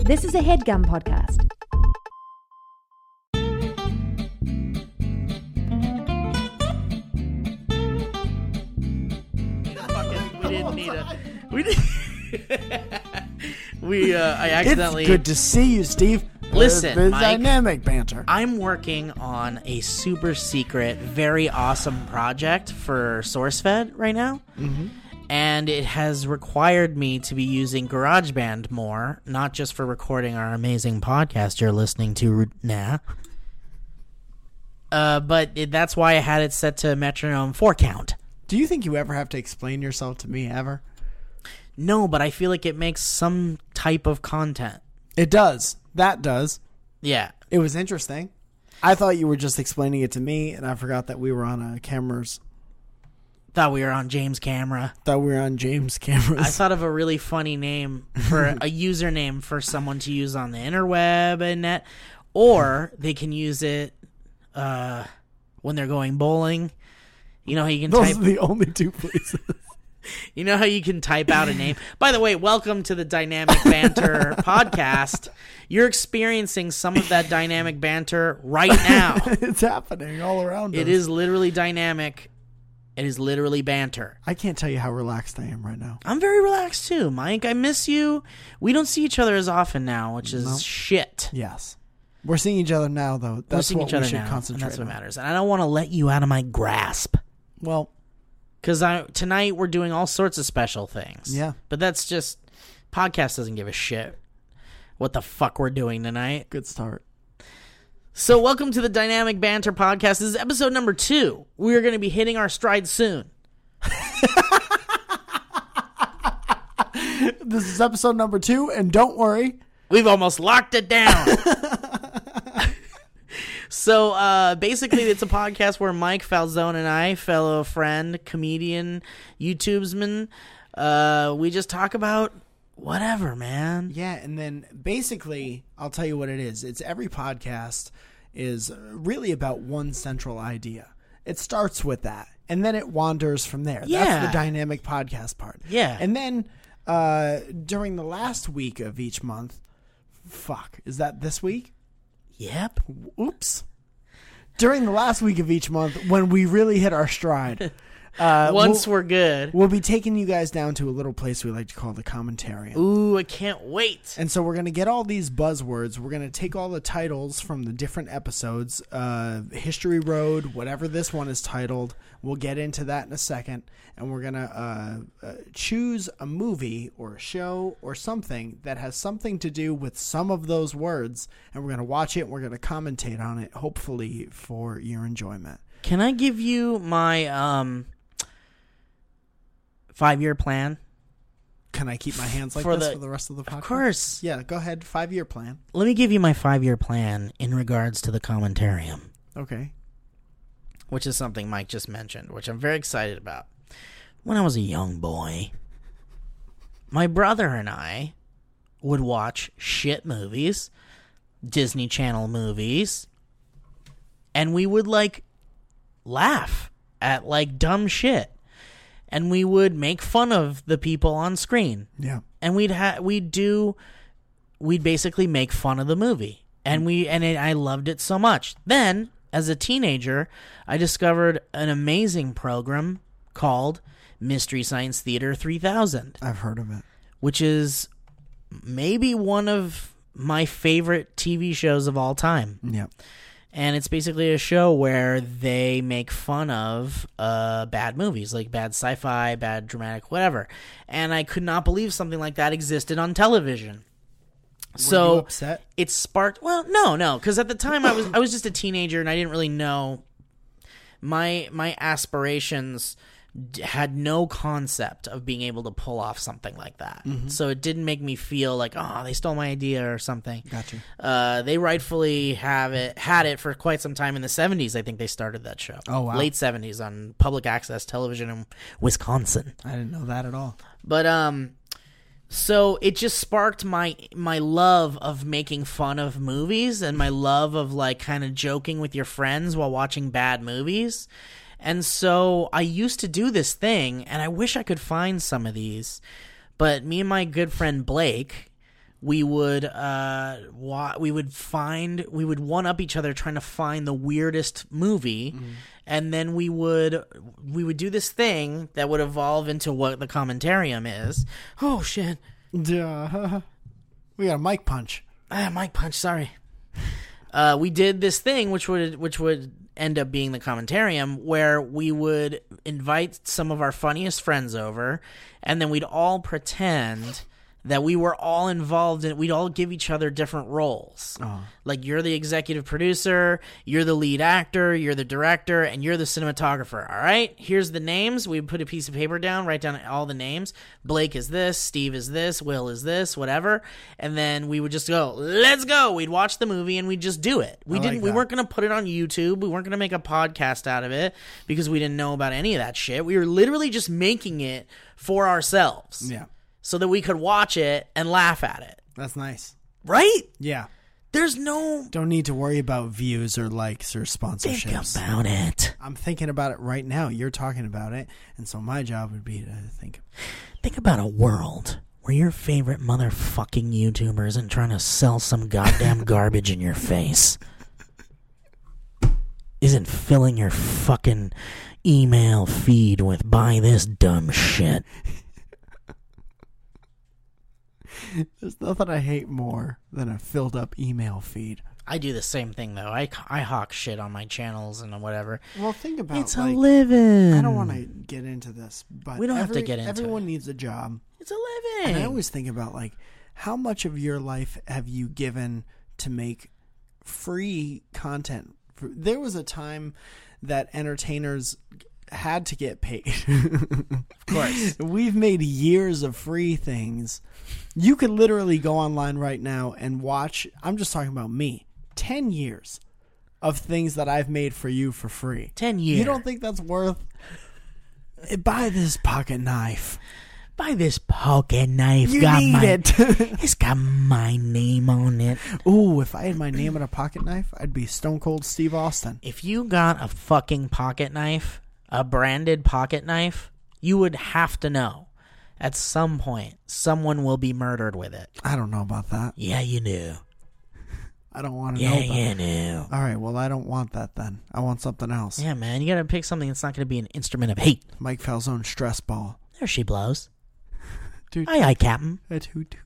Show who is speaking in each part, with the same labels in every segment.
Speaker 1: This is a headgum podcast.
Speaker 2: Fucking- we
Speaker 3: Oh
Speaker 2: didn't need a. We did. we uh, I accidentally.
Speaker 3: It's good to see you, Steve.
Speaker 2: Listen,
Speaker 3: the, the
Speaker 2: Mike.
Speaker 3: dynamic banter.
Speaker 2: I'm working on a super secret, very awesome project for SourceFed right now.
Speaker 3: Mm-hmm.
Speaker 2: And it has required me to be using GarageBand more, not just for recording our amazing podcast you're listening to now. Uh, but it, that's why I had it set to metronome four count.
Speaker 3: Do you think you ever have to explain yourself to me ever?
Speaker 2: No, but I feel like it makes some type of content.
Speaker 3: It does. That does.
Speaker 2: Yeah.
Speaker 3: It was interesting. I thought you were just explaining it to me, and I forgot that we were on uh, cameras.
Speaker 2: Thought we were on James' camera.
Speaker 3: That we were on James'
Speaker 2: I
Speaker 3: cameras.
Speaker 2: thought of a really funny name for a username for someone to use on the interweb and net, or they can use it uh, when they're going bowling. You know how you can
Speaker 3: Those
Speaker 2: type.
Speaker 3: are the only two places.
Speaker 2: You know how you can type out a name. By the way, welcome to the Dynamic Banter podcast. You're experiencing some of that dynamic banter right now.
Speaker 3: it's happening all around us.
Speaker 2: It is literally dynamic. It is literally banter.
Speaker 3: I can't tell you how relaxed I am right now.
Speaker 2: I'm very relaxed too, Mike. I miss you. We don't see each other as often now, which is shit.
Speaker 3: Yes. We're seeing each other now, though.
Speaker 2: We're
Speaker 3: That's
Speaker 2: seeing
Speaker 3: what
Speaker 2: each other
Speaker 3: we should
Speaker 2: now, and
Speaker 3: concentrate
Speaker 2: that's what
Speaker 3: on.
Speaker 2: matters. And I don't want to let you out of my grasp
Speaker 3: Well,
Speaker 2: because I tonight we're doing all sorts of special things.
Speaker 3: Yeah.
Speaker 2: but that's just podcast doesn't give a shit what the fuck we're doing tonight.
Speaker 3: good start.
Speaker 2: So, welcome to the Dynamic Banter Podcast. This is episode number two. We are going to be hitting our stride soon.
Speaker 3: This is episode number two, and don't worry.
Speaker 2: We've almost locked it down. so uh, basically, it's a podcast where Mike Falzone and I, fellow friend, comedian, YouTubesman, uh, we just talk about whatever, man.
Speaker 3: Yeah, and then basically, I'll tell you what it is. It's every podcast is really about one central idea. It starts with that, and then it wanders from there. That's
Speaker 2: Yeah.
Speaker 3: the dynamic podcast part.
Speaker 2: Yeah.
Speaker 3: And then uh, during the last week of each month, fuck, is that this week?
Speaker 2: Yep.
Speaker 3: Oops. During the last week of each month, when we really hit our stride, uh,
Speaker 2: Once
Speaker 3: we'll,
Speaker 2: we're good.
Speaker 3: we'll be taking you guys down to a little place we like to call the commentary.
Speaker 2: Ooh, I can't wait.
Speaker 3: And so we're going to get all these buzzwords. We're going to take all the titles from the different episodes, uh, History Road, whatever this one is titled. We'll get into that in a second. And we're going to uh, uh, choose a movie or a show or something that has something to do with some of those words. And we're going to watch it. And we're going to commentate on it, hopefully, for your enjoyment.
Speaker 2: Can I give you my um, five year plan?
Speaker 3: Can I keep my hands like
Speaker 2: For
Speaker 3: this
Speaker 2: the-
Speaker 3: for the rest of the podcast?
Speaker 2: Of course.
Speaker 3: Yeah, go ahead. Five year plan.
Speaker 2: Let me give you my five year plan in regards to the commentarium.
Speaker 3: Okay.
Speaker 2: which is something Mike just mentioned, which I'm very excited about. When I was a young boy, my brother and I would watch shit movies, Disney Channel movies, and we would like laugh at like dumb shit. And we would make fun of the people on screen
Speaker 3: Yeah.
Speaker 2: and we'd ha- we'd do we'd basically make fun of the movie and we and it, I loved it so much. Then as a teenager, I discovered an amazing program called Mystery Science Theater 3000,
Speaker 3: I've heard of it.
Speaker 2: which is maybe one of my favorite TV shows of all time.
Speaker 3: Yeah.
Speaker 2: And it's basically a show where they make fun of uh, bad movies, like bad sci fi, bad dramatic, whatever. And I could not believe something like that existed on television. so
Speaker 3: you upset?
Speaker 2: it sparked. Well, no, no, because at the time I was I was just a teenager and I didn't really know my my aspirations d- had no concept of being able to pull off something like that.
Speaker 3: Mm-hmm.
Speaker 2: So it didn't make me feel like oh they stole my idea or something.
Speaker 3: Gotcha.
Speaker 2: Uh, they rightfully have it had it for quite some time in the 70s. I think they started that show.
Speaker 3: Oh, wow.
Speaker 2: late 70s on public access television in Wisconsin.
Speaker 3: I didn't know that at all.
Speaker 2: But um so it just sparked my my love of making fun of movies and my love of like kind of joking with your friends while watching bad movies. And so I used to do this thing and I wish I could find some of these. But me and my good friend Blake we would uh wa- we would find we would one up each other trying to find the weirdest movie and then we would we would do this thing that would evolve into what the commentarium is oh shit
Speaker 3: Duh. We got a mic punch.
Speaker 2: ah, mic punch sorry uh, we did this thing which would which would end up being the commentarium where we would invite some of our funniest friends over and then we'd all pretend that we were all involved in we'd all give each other different roles like you're the executive producer you're the lead actor you're the director and you're the cinematographer all right here's the names we put a piece of paper down write down all the names blake is this steve is this will is this whatever and then we would just go let's go we'd watch the movie and we'd just do it we
Speaker 3: I like
Speaker 2: didn't we
Speaker 3: that.
Speaker 2: weren't going to put it on youtube we weren't going to make a podcast out of it because we didn't know about any of that shit we were literally just making it for ourselves
Speaker 3: Yeah.
Speaker 2: so that we could watch it and laugh at it
Speaker 3: That's nice.
Speaker 2: right
Speaker 3: Yeah.
Speaker 2: there's no
Speaker 3: Don't need to worry about views or likes or
Speaker 2: think
Speaker 3: sponsorships.
Speaker 2: about it
Speaker 3: I'm thinking about it right now. You're talking about it. And so my job would be to think.
Speaker 2: Think about a world where your favorite motherfucking YouTuber isn't trying to sell some goddamn garbage in your face. Isn't filling your fucking email feed with buy this dumb shit.
Speaker 3: There's nothing I hate more than a filled up email feed.
Speaker 2: I do the same thing though. I, I hawk shit on my channels and whatever.
Speaker 3: Well, think about
Speaker 2: It's
Speaker 3: like,
Speaker 2: a living.
Speaker 3: I don't want to get into this, but
Speaker 2: We don't have to
Speaker 3: every-
Speaker 2: get into
Speaker 3: Everyone
Speaker 2: it.
Speaker 3: needs a job.
Speaker 2: It's a living.
Speaker 3: And I always think about like how much of your life have you given to make free content? For- There was a time that entertainers had to get paid.
Speaker 2: of course.
Speaker 3: We've made years of free things. You could literally go online right now and watch. I'm just talking about me. 10 years of things that I've made for you for free.
Speaker 2: Ten years.
Speaker 3: You don't think that's worth buy this pocket knife.
Speaker 2: buy this pocket knife.
Speaker 3: You
Speaker 2: got
Speaker 3: need
Speaker 2: my,
Speaker 3: it.
Speaker 2: It's got my name on it.
Speaker 3: Ooh, if I had my name on a pocket knife, I'd be Stone Cold Steve Austin.
Speaker 2: if you got a fucking pocket knife, a branded pocket knife, you would have to know at some point someone will be murdered with it.
Speaker 3: I don't know about that.
Speaker 2: Yeah, you knew.
Speaker 3: I don't want to
Speaker 2: Yeah,
Speaker 3: know about
Speaker 2: you
Speaker 3: it.
Speaker 2: knew.
Speaker 3: All right, well, I don't want that then. I want something else.
Speaker 2: Yeah, man, you gotta pick something that's not gonna be an instrument of hate.
Speaker 3: Mike Falzone stress ball.
Speaker 2: There she blows.
Speaker 3: Dude.
Speaker 2: Aye, aye, Captain.
Speaker 3: At hoot.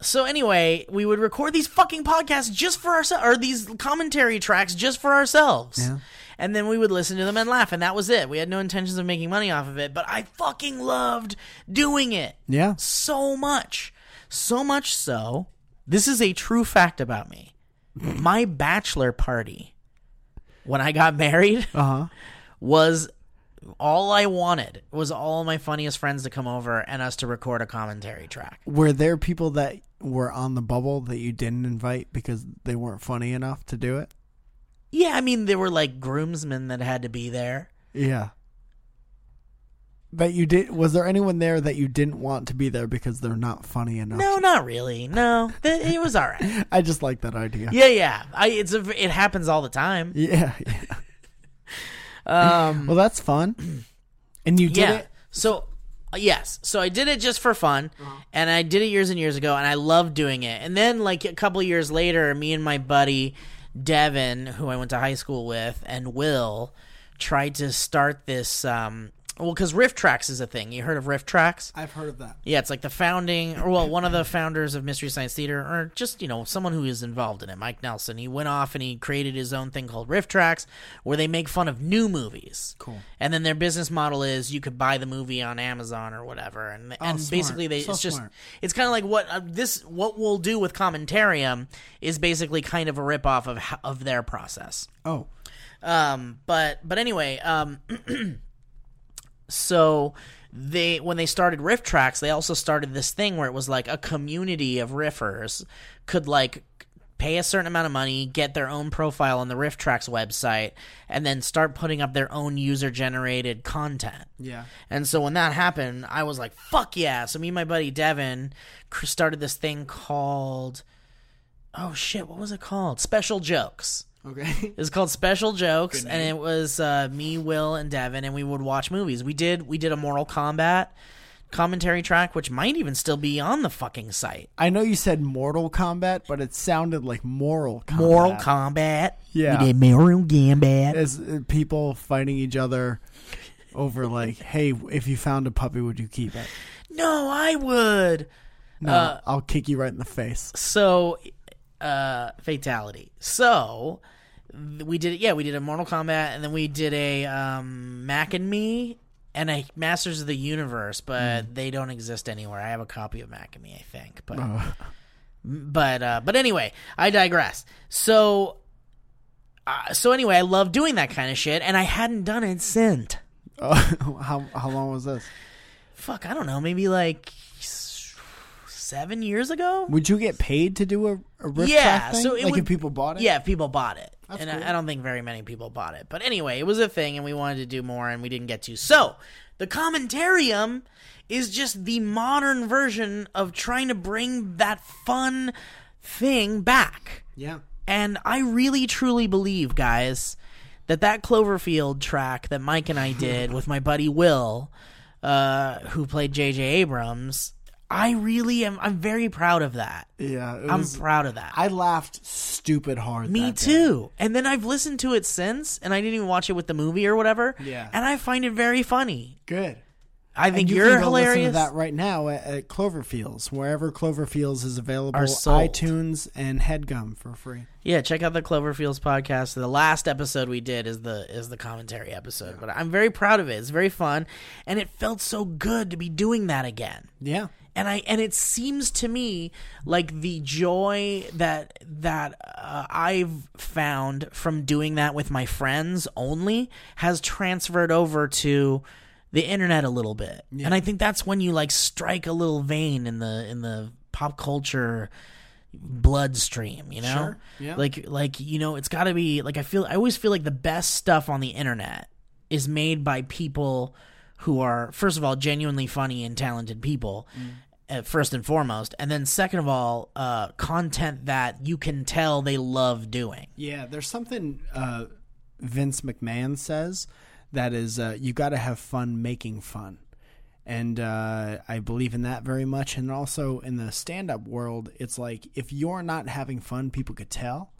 Speaker 2: So anyway, we would record these fucking podcasts just for ourselves, or these commentary tracks just for ourselves.
Speaker 3: Yeah.
Speaker 2: And then we would listen to them and laugh, and that was it. We had no intentions of making money off of it, but I fucking loved doing it.
Speaker 3: Yeah.
Speaker 2: so much. So much so, this is a true fact about me. My bachelor party when I got married
Speaker 3: Uh huh.
Speaker 2: was all I wanted was all my funniest friends to come over and us to record a commentary track.
Speaker 3: Were there people that were on the bubble that you didn't invite because they weren't funny enough to do it?
Speaker 2: Yeah, I mean there were like groomsmen that had to be there.
Speaker 3: Yeah. That you did. Was there anyone there that you didn't want to be there because they're not funny enough?
Speaker 2: No, not really. No, Th- it was all right.
Speaker 3: I just like that idea.
Speaker 2: Yeah, yeah. I it's a, it happens all the time.
Speaker 3: Yeah. yeah.
Speaker 2: Um
Speaker 3: Well, that's fun. And you did
Speaker 2: yeah.
Speaker 3: it.
Speaker 2: So uh, yes, so I did it just for fun,
Speaker 3: Uh-huh.
Speaker 2: and I did it years and years ago, and I loved doing it. And then like a couple years later, me and my buddy Devin, who I went to high school with, and Will tried to start this. Um, well, because Riff Tracks is a thing. You heard of Riff Tracks?
Speaker 3: I've heard of that.
Speaker 2: Yeah, it's like the founding, or well, one of the founders of Mystery Science Theater, or just you know someone who is involved in it, Mike Nelson. He went off and he created his own thing called Riff Tracks, where they make fun of new movies.
Speaker 3: Cool.
Speaker 2: And then their business model is you could buy the movie on Amazon or whatever, and and
Speaker 3: Oh, smart.
Speaker 2: basically they
Speaker 3: So
Speaker 2: it's just
Speaker 3: smart.
Speaker 2: it's kind of like what uh, this what we'll do with Commentarium is basically kind of a rip off of ho- of their process.
Speaker 3: Oh,
Speaker 2: Um, but but anyway, um, so they when they started riff tracks, they also started this thing where it was like a community of riffers could like pay a certain amount of money, get their own profile on the riff tracks website, and then start putting up their own user generated content.
Speaker 3: yeah.
Speaker 2: And so when that happened, I was like, fuck yeah. So me and my buddy Devin cr- started this thing called, oh shit, what was it called? Special Jokes.
Speaker 3: Okay.
Speaker 2: It was called Special Jokes, and it was uh, me, Will, and Devin, and we would watch movies. We did we did a Mortal Kombat commentary track, which might even still be on the fucking site.
Speaker 3: I know you said Mortal Kombat, but it sounded like Moral Kombat.
Speaker 2: Moral Combat.
Speaker 3: Oh, Yeah.
Speaker 2: We did Moral Combat.
Speaker 3: As uh, people fighting each other over, like, hey, if you found a puppy, would you keep it?
Speaker 2: No, I would.
Speaker 3: No,
Speaker 2: Uh,
Speaker 3: I'll kick you right in the face.
Speaker 2: So, uh, fatality. So, th- we did yeah, we did a Mortal Kombat, and then we did a um, Mac and Me and a Masters of the Universe, but they don't exist anywhere. I have a copy of Mac and Me, I think, but but uh, but anyway, I digress. So. Uh, so anyway, I love doing that kind of shit, and I hadn't done it since.
Speaker 3: Oh, how how long was this?
Speaker 2: Fuck, I don't know, maybe like s- seven years ago.
Speaker 3: Would you get paid to do a, a riff
Speaker 2: Yeah,
Speaker 3: track thing?
Speaker 2: so it
Speaker 3: like if
Speaker 2: would-
Speaker 3: people bought it?
Speaker 2: Yeah, if people bought it. and I-
Speaker 3: cool.
Speaker 2: I, don't think very many people bought it. But anyway, it was a thing and we wanted to do more and we didn't get to. So, the commentarium is just the modern version of trying to bring that fun thing back.
Speaker 3: Yeah.
Speaker 2: And I really truly believe, guys, that that Cloverfield track that Mike and I did with my buddy Will, uh, who played JJ Abrams, I really am I'm very proud of that.
Speaker 3: Yeah. It
Speaker 2: I'm
Speaker 3: was-
Speaker 2: proud of that.
Speaker 3: I laughed stupid hard.
Speaker 2: Me
Speaker 3: that day.
Speaker 2: too. And then I've listened to it since, and I didn't even watch it with the movie or whatever.
Speaker 3: Yeah.
Speaker 2: And I find it very funny.
Speaker 3: Good.
Speaker 2: I think
Speaker 3: And you
Speaker 2: you are
Speaker 3: can go Listen
Speaker 2: hilarious.
Speaker 3: to that right now at, at Cloverfields, wherever Cloverfields is available,
Speaker 2: Are sold.
Speaker 3: iTunes and Headgum for free.
Speaker 2: Yeah, check out the Cloverfields podcast. The last episode we did is the is the commentary episode, but I'm very proud of it. It's very fun, and it felt so good to be doing that again.
Speaker 3: Yeah.
Speaker 2: and I and it seems to me like the joy that that uh, I've found from doing that with my friends only has transferred over to the internet a little bit, and I think that's when you like strike a little vein in the in the pop culture bloodstream, you know?
Speaker 3: Sure, yeah.
Speaker 2: Like like you know, it's got to be like I feel I always feel like the best stuff on the internet is made by people who are first of all genuinely funny and talented people.
Speaker 3: Mm.
Speaker 2: uh, First and foremost, and then second of all, uh, content that you can tell they love doing.
Speaker 3: Yeah. There's something uh, Vince McMahon says that is uh, you got to have fun making fun. And uh, I believe in that very much. And also in the stand up world, it's like if you're not having fun, people could tell.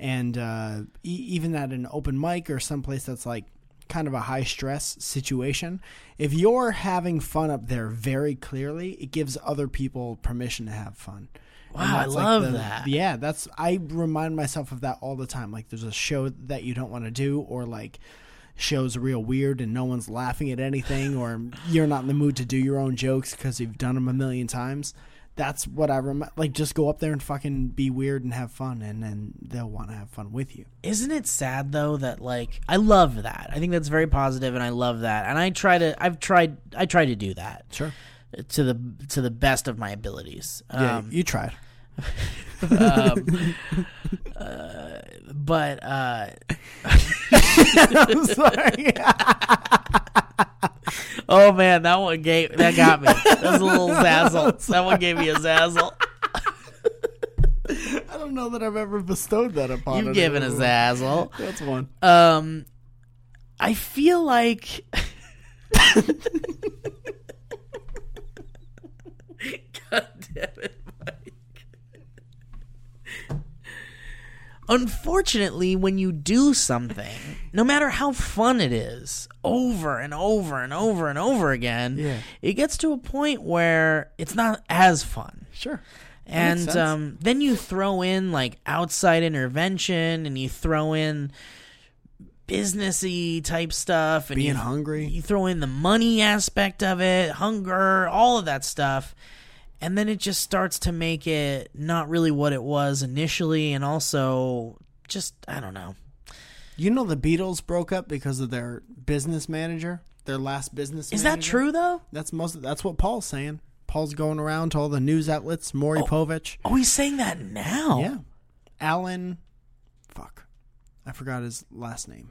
Speaker 3: And uh, e- even at an open mic or someplace that's like kind of a high stress situation, if you're having fun up there very clearly, it gives other people permission to have fun. And
Speaker 2: Wow, I
Speaker 3: that's
Speaker 2: love
Speaker 3: the-
Speaker 2: that.
Speaker 3: Yeah, that's I remind myself of that all the time. Like there's a show that you don't want to do or like shows real weird and no one's laughing at anything or you're not in the mood to do your own jokes because you've done them a million times that's what i remember like just go up there and fucking be weird and have fun and then they'll want to have fun with you
Speaker 2: Isn't it sad though that like I love that. I think that's very positive, and I love that. And I try to. I've tried. I try to do that
Speaker 3: sure
Speaker 2: to the to the best of my abilities.
Speaker 3: yeah
Speaker 2: Um,
Speaker 3: you tried
Speaker 2: but uh,
Speaker 3: i'm sorry
Speaker 2: oh man, that one gave that got me. That was a little zazzle. That one gave me a zazzle.
Speaker 3: i don't know that i've ever bestowed that upon
Speaker 2: You've given a
Speaker 3: anyone.
Speaker 2: zazzle.
Speaker 3: that's one
Speaker 2: Um, I feel like. God damn it, Mike. Unfortunately, when you do something, no matter how fun it is, over and over and over and over again,
Speaker 3: Yeah.
Speaker 2: it gets to a point where it's not as fun
Speaker 3: sure
Speaker 2: and
Speaker 3: sense.
Speaker 2: um, then you throw in like outside intervention and you throw in businessy type stuff and
Speaker 3: being
Speaker 2: you,
Speaker 3: hungry
Speaker 2: you throw in the money aspect of it hunger all of that stuff and then it just starts to make it not really what it was initially and also just i don't know
Speaker 3: you know the beatles broke up because of their business manager their last business
Speaker 2: is that
Speaker 3: manager?
Speaker 2: true though
Speaker 3: That's most. That's what Paul's saying. Paul's going around to all the news outlets. Maury Povich.
Speaker 2: oh he's saying that now
Speaker 3: Yeah. Alan. Fuck. I forgot his last name.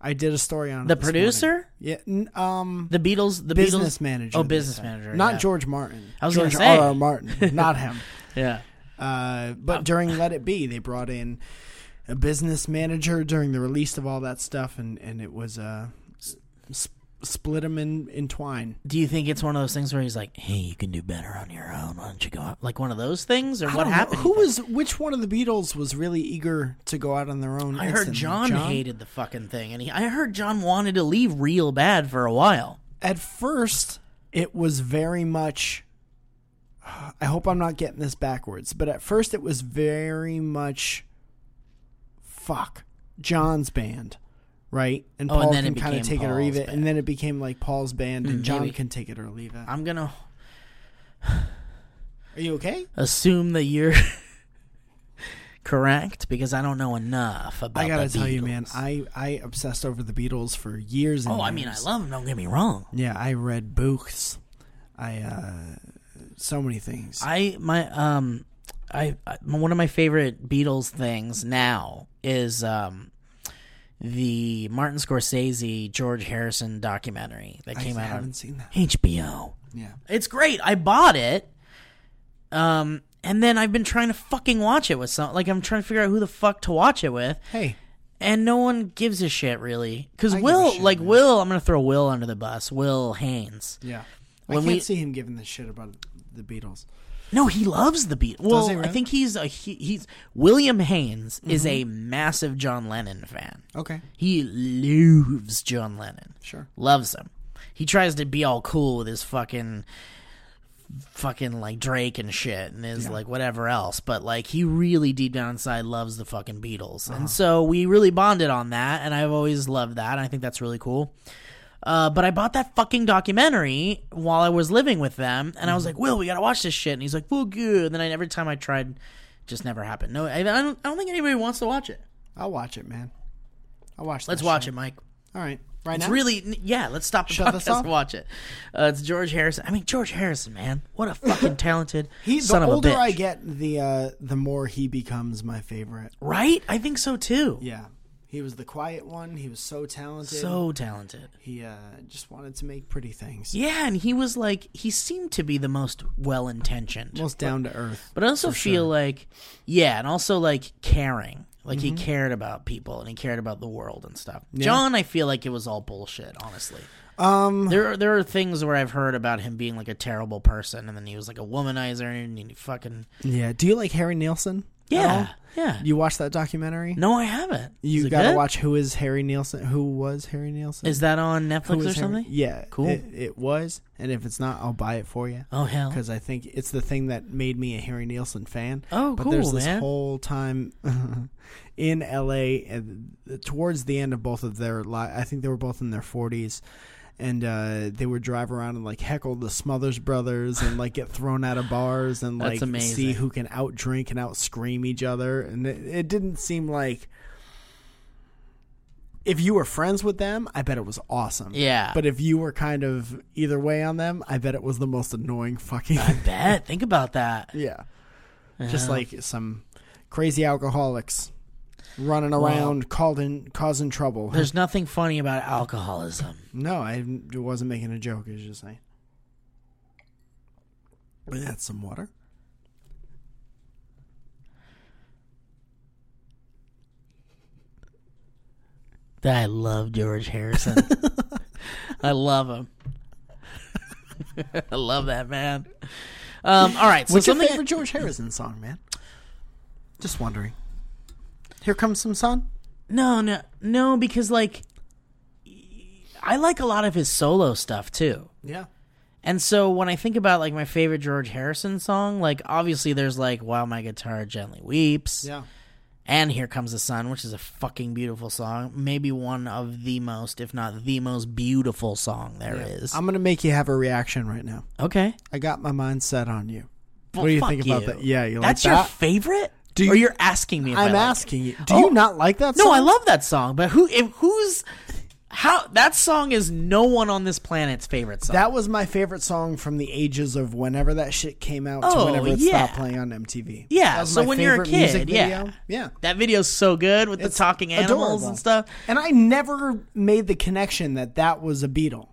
Speaker 3: I did a story on it
Speaker 2: the
Speaker 3: this morning.
Speaker 2: producer
Speaker 3: Yeah. n- um.
Speaker 2: the beatles the
Speaker 3: Business
Speaker 2: beatles
Speaker 3: manager.
Speaker 2: oh
Speaker 3: they
Speaker 2: business
Speaker 3: say.
Speaker 2: manager
Speaker 3: Not
Speaker 2: yeah.
Speaker 3: George Martin.
Speaker 2: I was gonna
Speaker 3: George
Speaker 2: say.
Speaker 3: R. R. Martin. Not him.
Speaker 2: yeah
Speaker 3: Uh,
Speaker 2: Oh.
Speaker 3: but during Let It Be, they brought in a business manager during the release of all that stuff, and and it was uh, s- split them in, in twine.
Speaker 2: Do you think it's one of those things where he's like, "Hey, you can do better on your own. Why don't you go out?" Like one of those things, or
Speaker 3: I
Speaker 2: what
Speaker 3: don't know.
Speaker 2: happened?
Speaker 3: Who was which one of the Beatles was really eager to go out on their own?
Speaker 2: I heard
Speaker 3: instantly?
Speaker 2: John, hated the fucking thing, and he, I heard John wanted to leave real bad for a while.
Speaker 3: At first, it was very much. I hope I'm not getting this backwards, but at first it was very much. Fuck John's band, right? And
Speaker 2: Oh, and
Speaker 3: Paul
Speaker 2: then
Speaker 3: can
Speaker 2: it
Speaker 3: kind of
Speaker 2: became
Speaker 3: take it or leave
Speaker 2: Paul's Mm,
Speaker 3: it, and then it became like Paul's band, and John can take it or leave it.
Speaker 2: I'm gonna
Speaker 3: Are you okay?
Speaker 2: assume that you're correct because I don't know enough about.
Speaker 3: I gotta
Speaker 2: the
Speaker 3: tell you, man,
Speaker 2: Beatles.
Speaker 3: I I obsessed over the Beatles for years. And
Speaker 2: oh, I mean, I
Speaker 3: years.
Speaker 2: love them. Don't get me wrong.
Speaker 3: Yeah, I read books. I uh so many things.
Speaker 2: I my um I, I one of my favorite Beatles things now is um the Martin Scorsese George Harrison documentary that
Speaker 3: I
Speaker 2: came out
Speaker 3: haven't
Speaker 2: on
Speaker 3: seen that.
Speaker 2: HBO.
Speaker 3: Yeah.
Speaker 2: It's great. I bought it. Um and then I've been trying to fucking watch it with some like I'm trying to figure out who the fuck to watch it with
Speaker 3: Hey,
Speaker 2: and no one gives a shit really cuz
Speaker 3: I give a
Speaker 2: Will
Speaker 3: shit,
Speaker 2: like
Speaker 3: man.
Speaker 2: Will I'm going to throw Will under the bus. Will Haynes.
Speaker 3: yeah. I
Speaker 2: When
Speaker 3: can't
Speaker 2: we-
Speaker 3: see him giving this shit about the Beatles.
Speaker 2: No, he loves the Beatles. Well,
Speaker 3: he really? Mm-hmm.
Speaker 2: I think he's a he, he's William Haynes is a massive John Lennon fan.
Speaker 3: Okay,
Speaker 2: He loves John Lennon.
Speaker 3: sure.
Speaker 2: Loves him. He tries to be all cool with his fucking fucking like Drake and shit and his like whatever else, but like he really deep down inside loves the fucking Beatles. And so we really bonded on that and I've always loved that. And I think that's really cool. Uh, but I bought that fucking documentary while I was living with them, and I was like, "Will, we gotta watch this shit." And he's like, "Well, good." And then I, every time I tried, it just never happened. No, I, I don't. I don't think anybody wants to watch it.
Speaker 3: I'll watch it, man. I'll watch.
Speaker 2: Let's watch it, Mike.
Speaker 3: All right, right
Speaker 2: It's
Speaker 3: now.
Speaker 2: really n- yeah. Let's stop the
Speaker 3: Shut this
Speaker 2: podcast
Speaker 3: off.
Speaker 2: and watch it. Uh, it's George Harrison. I mean, George Harrison, man, what a fucking talented
Speaker 3: he, the
Speaker 2: son of
Speaker 3: older
Speaker 2: a bitch,
Speaker 3: I get, the uh, the more he becomes my favorite.
Speaker 2: right? I think so too.
Speaker 3: Yeah, he was the quiet one. He was so talented.
Speaker 2: So talented.
Speaker 3: he uh, just wanted to make pretty things.
Speaker 2: Yeah, and he was like, he seemed to be the most well intentioned.
Speaker 3: Most down to earth.
Speaker 2: But I also feel like, yeah, and also like caring. Like he
Speaker 3: Mm-hmm.
Speaker 2: cared about people and he cared about the world and stuff. John, I feel like it was all bullshit. Honestly,
Speaker 3: Um,
Speaker 2: there are, there are things where I've heard about him being like a terrible person, and then he was like a womanizer, and he fucking
Speaker 3: yeah. Do you like Harry Nielsen? at all?
Speaker 2: yeah, yeah.
Speaker 3: You watched that documentary?
Speaker 2: no, I haven't. Is
Speaker 3: You
Speaker 2: it
Speaker 3: gotta
Speaker 2: good?
Speaker 3: watch who is Harry Nielsen? Who was Harry Nielsen?
Speaker 2: Is that on
Speaker 3: who
Speaker 2: Netflix
Speaker 3: is
Speaker 2: or
Speaker 3: Harry-
Speaker 2: something?
Speaker 3: Yeah,
Speaker 2: Cool.
Speaker 3: It, it was, and if it's not, I'll buy it for you
Speaker 2: Oh hell,
Speaker 3: because I think it's the thing that made me a Harry Nielsen fan.
Speaker 2: Oh,
Speaker 3: but There's
Speaker 2: cool,
Speaker 3: this
Speaker 2: man.
Speaker 3: whole time in L.A. and towards the end of both of their life, I think they were both in their 40s. And uh, they would drive around and like heckle the Smothers Brothers and like get thrown out of bars and
Speaker 2: That's
Speaker 3: like
Speaker 2: amazing.
Speaker 3: see who can out drink and out scream each other. And it, it didn't seem like if you were friends with them, I bet it was awesome.
Speaker 2: yeah.
Speaker 3: But if you were kind of either way on them, I bet it was the most annoying fucking.
Speaker 2: I bet. Think about that.
Speaker 3: yeah. Just
Speaker 2: Yeah.
Speaker 3: like some crazy alcoholics running around causing causing trouble.
Speaker 2: There's nothing funny about alcoholism.
Speaker 3: no, I wasn't making a joke. I was just saying. That's some water.
Speaker 2: that I love George Harrison. I love him. I love that man. Um, all right, so
Speaker 3: What's your
Speaker 2: something.
Speaker 3: favorite George Harrison song, man? Just wondering. Here comes some sun.
Speaker 2: no, no, no, because like I like a lot of his solo stuff too.
Speaker 3: Yeah.
Speaker 2: And so when I think about like my favorite George Harrison song, like obviously there's like "While My Guitar Gently Weeps"
Speaker 3: Yeah.
Speaker 2: and "Here Comes the Sun," which is a fucking beautiful song, maybe one of the most, if not the most beautiful song there is.
Speaker 3: I'm gonna make you have a reaction right now.
Speaker 2: Okay,
Speaker 3: I got my mind set on you.
Speaker 2: Well,
Speaker 3: what do you
Speaker 2: fuck
Speaker 3: think about that? Yeah, you like
Speaker 2: That's your
Speaker 3: that?
Speaker 2: favorite?
Speaker 3: Do
Speaker 2: or
Speaker 3: you-
Speaker 2: you're asking me if I
Speaker 3: I'm
Speaker 2: like it?
Speaker 3: asking you. Do
Speaker 2: Oh.
Speaker 3: you not like that song?
Speaker 2: No, I love that song, but who if who's how that song is no one on this planet's favorite song.
Speaker 3: That was my favorite song from the ages of whenever that shit came out to
Speaker 2: Oh,
Speaker 3: whenever it
Speaker 2: yeah.
Speaker 3: stopped playing on MTV.
Speaker 2: Yeah,
Speaker 3: That was
Speaker 2: so
Speaker 3: my
Speaker 2: when you're a
Speaker 3: favorite music
Speaker 2: kid, yeah.
Speaker 3: video. Yeah.
Speaker 2: that video's so good with the talking animals
Speaker 3: Adorable.
Speaker 2: and stuff.
Speaker 3: And I never made the connection that that was a Beatle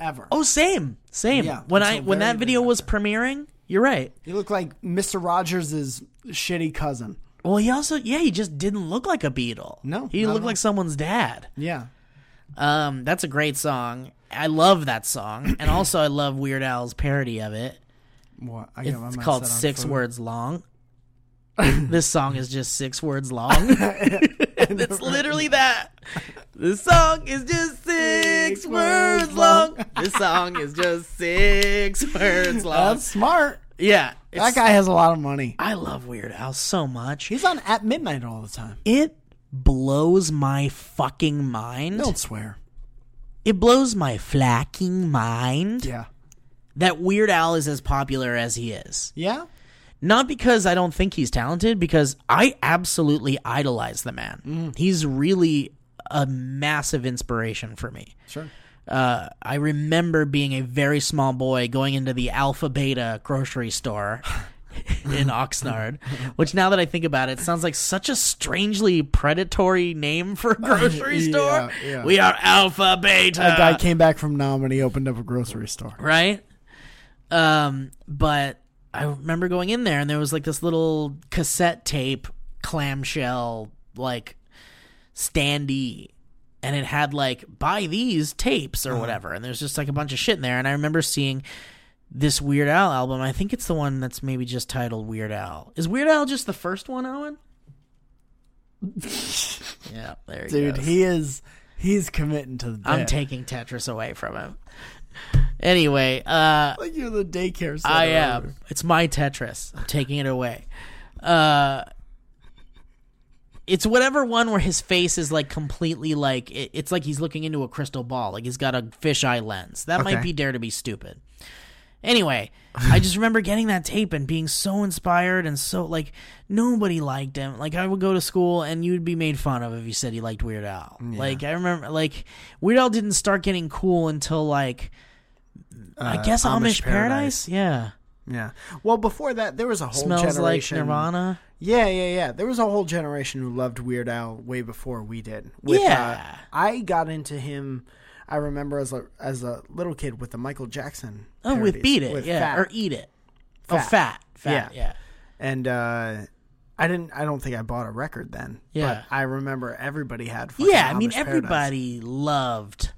Speaker 3: ever.
Speaker 2: Oh, same. Same.
Speaker 3: Yeah,
Speaker 2: when
Speaker 3: until
Speaker 2: I when
Speaker 3: very
Speaker 2: that video
Speaker 3: late
Speaker 2: was premiering, you're right.
Speaker 3: You look like Mr. Rogers' shitty cousin.
Speaker 2: Well, he also yeah, he just didn't look like a beetle.
Speaker 3: No,
Speaker 2: He
Speaker 3: not at
Speaker 2: looked
Speaker 3: all.
Speaker 2: like someone's dad.
Speaker 3: Yeah.
Speaker 2: Um, that's a great song. I love that song, and also I love Weird Al's parody of it.
Speaker 3: What? I
Speaker 2: It's
Speaker 3: mindset
Speaker 2: called
Speaker 3: on
Speaker 2: Six
Speaker 3: food.
Speaker 2: Words Long. this song is just six words long. it's literally that. This song is just six,
Speaker 3: Six
Speaker 2: words,
Speaker 3: words
Speaker 2: long. This song is just six words long.
Speaker 3: That's smart.
Speaker 2: yeah.
Speaker 3: That
Speaker 2: it's-
Speaker 3: guy has a lot of money.
Speaker 2: I love Weird Al so much.
Speaker 3: He's on at midnight all the time.
Speaker 2: It blows my fucking mind.
Speaker 3: Don't swear.
Speaker 2: It blows my flacking mind
Speaker 3: Yeah.
Speaker 2: that Weird Al is as popular as he is.
Speaker 3: Yeah.
Speaker 2: Not because I don't think he's talented, because I absolutely idolize the man. He's really a massive inspiration for me.
Speaker 3: Sure.
Speaker 2: Uh, I remember being a very small boy going into the Alpha Beta grocery store in Oxnard, which now that I think about it, sounds like such a strangely predatory name for a grocery
Speaker 3: Yeah,
Speaker 2: store.
Speaker 3: yeah.
Speaker 2: We are Alpha Beta.
Speaker 3: That guy came back from Nam and he opened up a grocery store.
Speaker 2: right? Um, but I remember going in there and there was like this little cassette tape clamshell like standee and it had like buy these tapes
Speaker 3: Uh-huh.
Speaker 2: or whatever and there's just like a bunch of shit in there and I remember seeing this Weird Al album. I think it's the one that's maybe just titled Weird Al. Is Weird Al just the first one, Owen? yeah, there you
Speaker 3: Dude,
Speaker 2: go.
Speaker 3: he is he's committing to the bit.
Speaker 2: I'm taking Tetris away from him. Anyway, uh
Speaker 3: like you're the daycare center.
Speaker 2: I am. It's my Tetris. I'm taking it away. Uh, it's whatever one where his face is like completely like it, it's like he's looking into a crystal ball. Like he's got a fisheye lens. That might
Speaker 3: Okay.
Speaker 2: be Dare to Be Stupid. Anyway, I just remember getting that tape and being so inspired and so like nobody liked him. Like I would go to school and you'd be made fun of if you said you liked Weird Al. Like I remember like Weird Al didn't start getting cool until like I guess Uh, Amish, Paradise. Yeah.
Speaker 3: Yeah. Well, before that, there was a whole
Speaker 2: Smells like
Speaker 3: generation.
Speaker 2: Nirvana.
Speaker 3: Yeah, yeah, yeah. There was a whole generation who loved Weird Al way before we did. With, uh,
Speaker 2: Yeah.
Speaker 3: I got into him. I remember as a as a little kid with the Michael Jackson.
Speaker 2: Oh, with
Speaker 3: parodies,
Speaker 2: Beat It,
Speaker 3: with
Speaker 2: yeah,
Speaker 3: Fat.
Speaker 2: or Eat It. Oh,
Speaker 3: Fat.
Speaker 2: Fat, Fat, yeah.
Speaker 3: and uh, I didn't. I don't think I bought a record then.
Speaker 2: Yeah.
Speaker 3: But I remember everybody had.
Speaker 2: Yeah,
Speaker 3: fucking
Speaker 2: I mean,
Speaker 3: Amish Paradise.
Speaker 2: everybody loved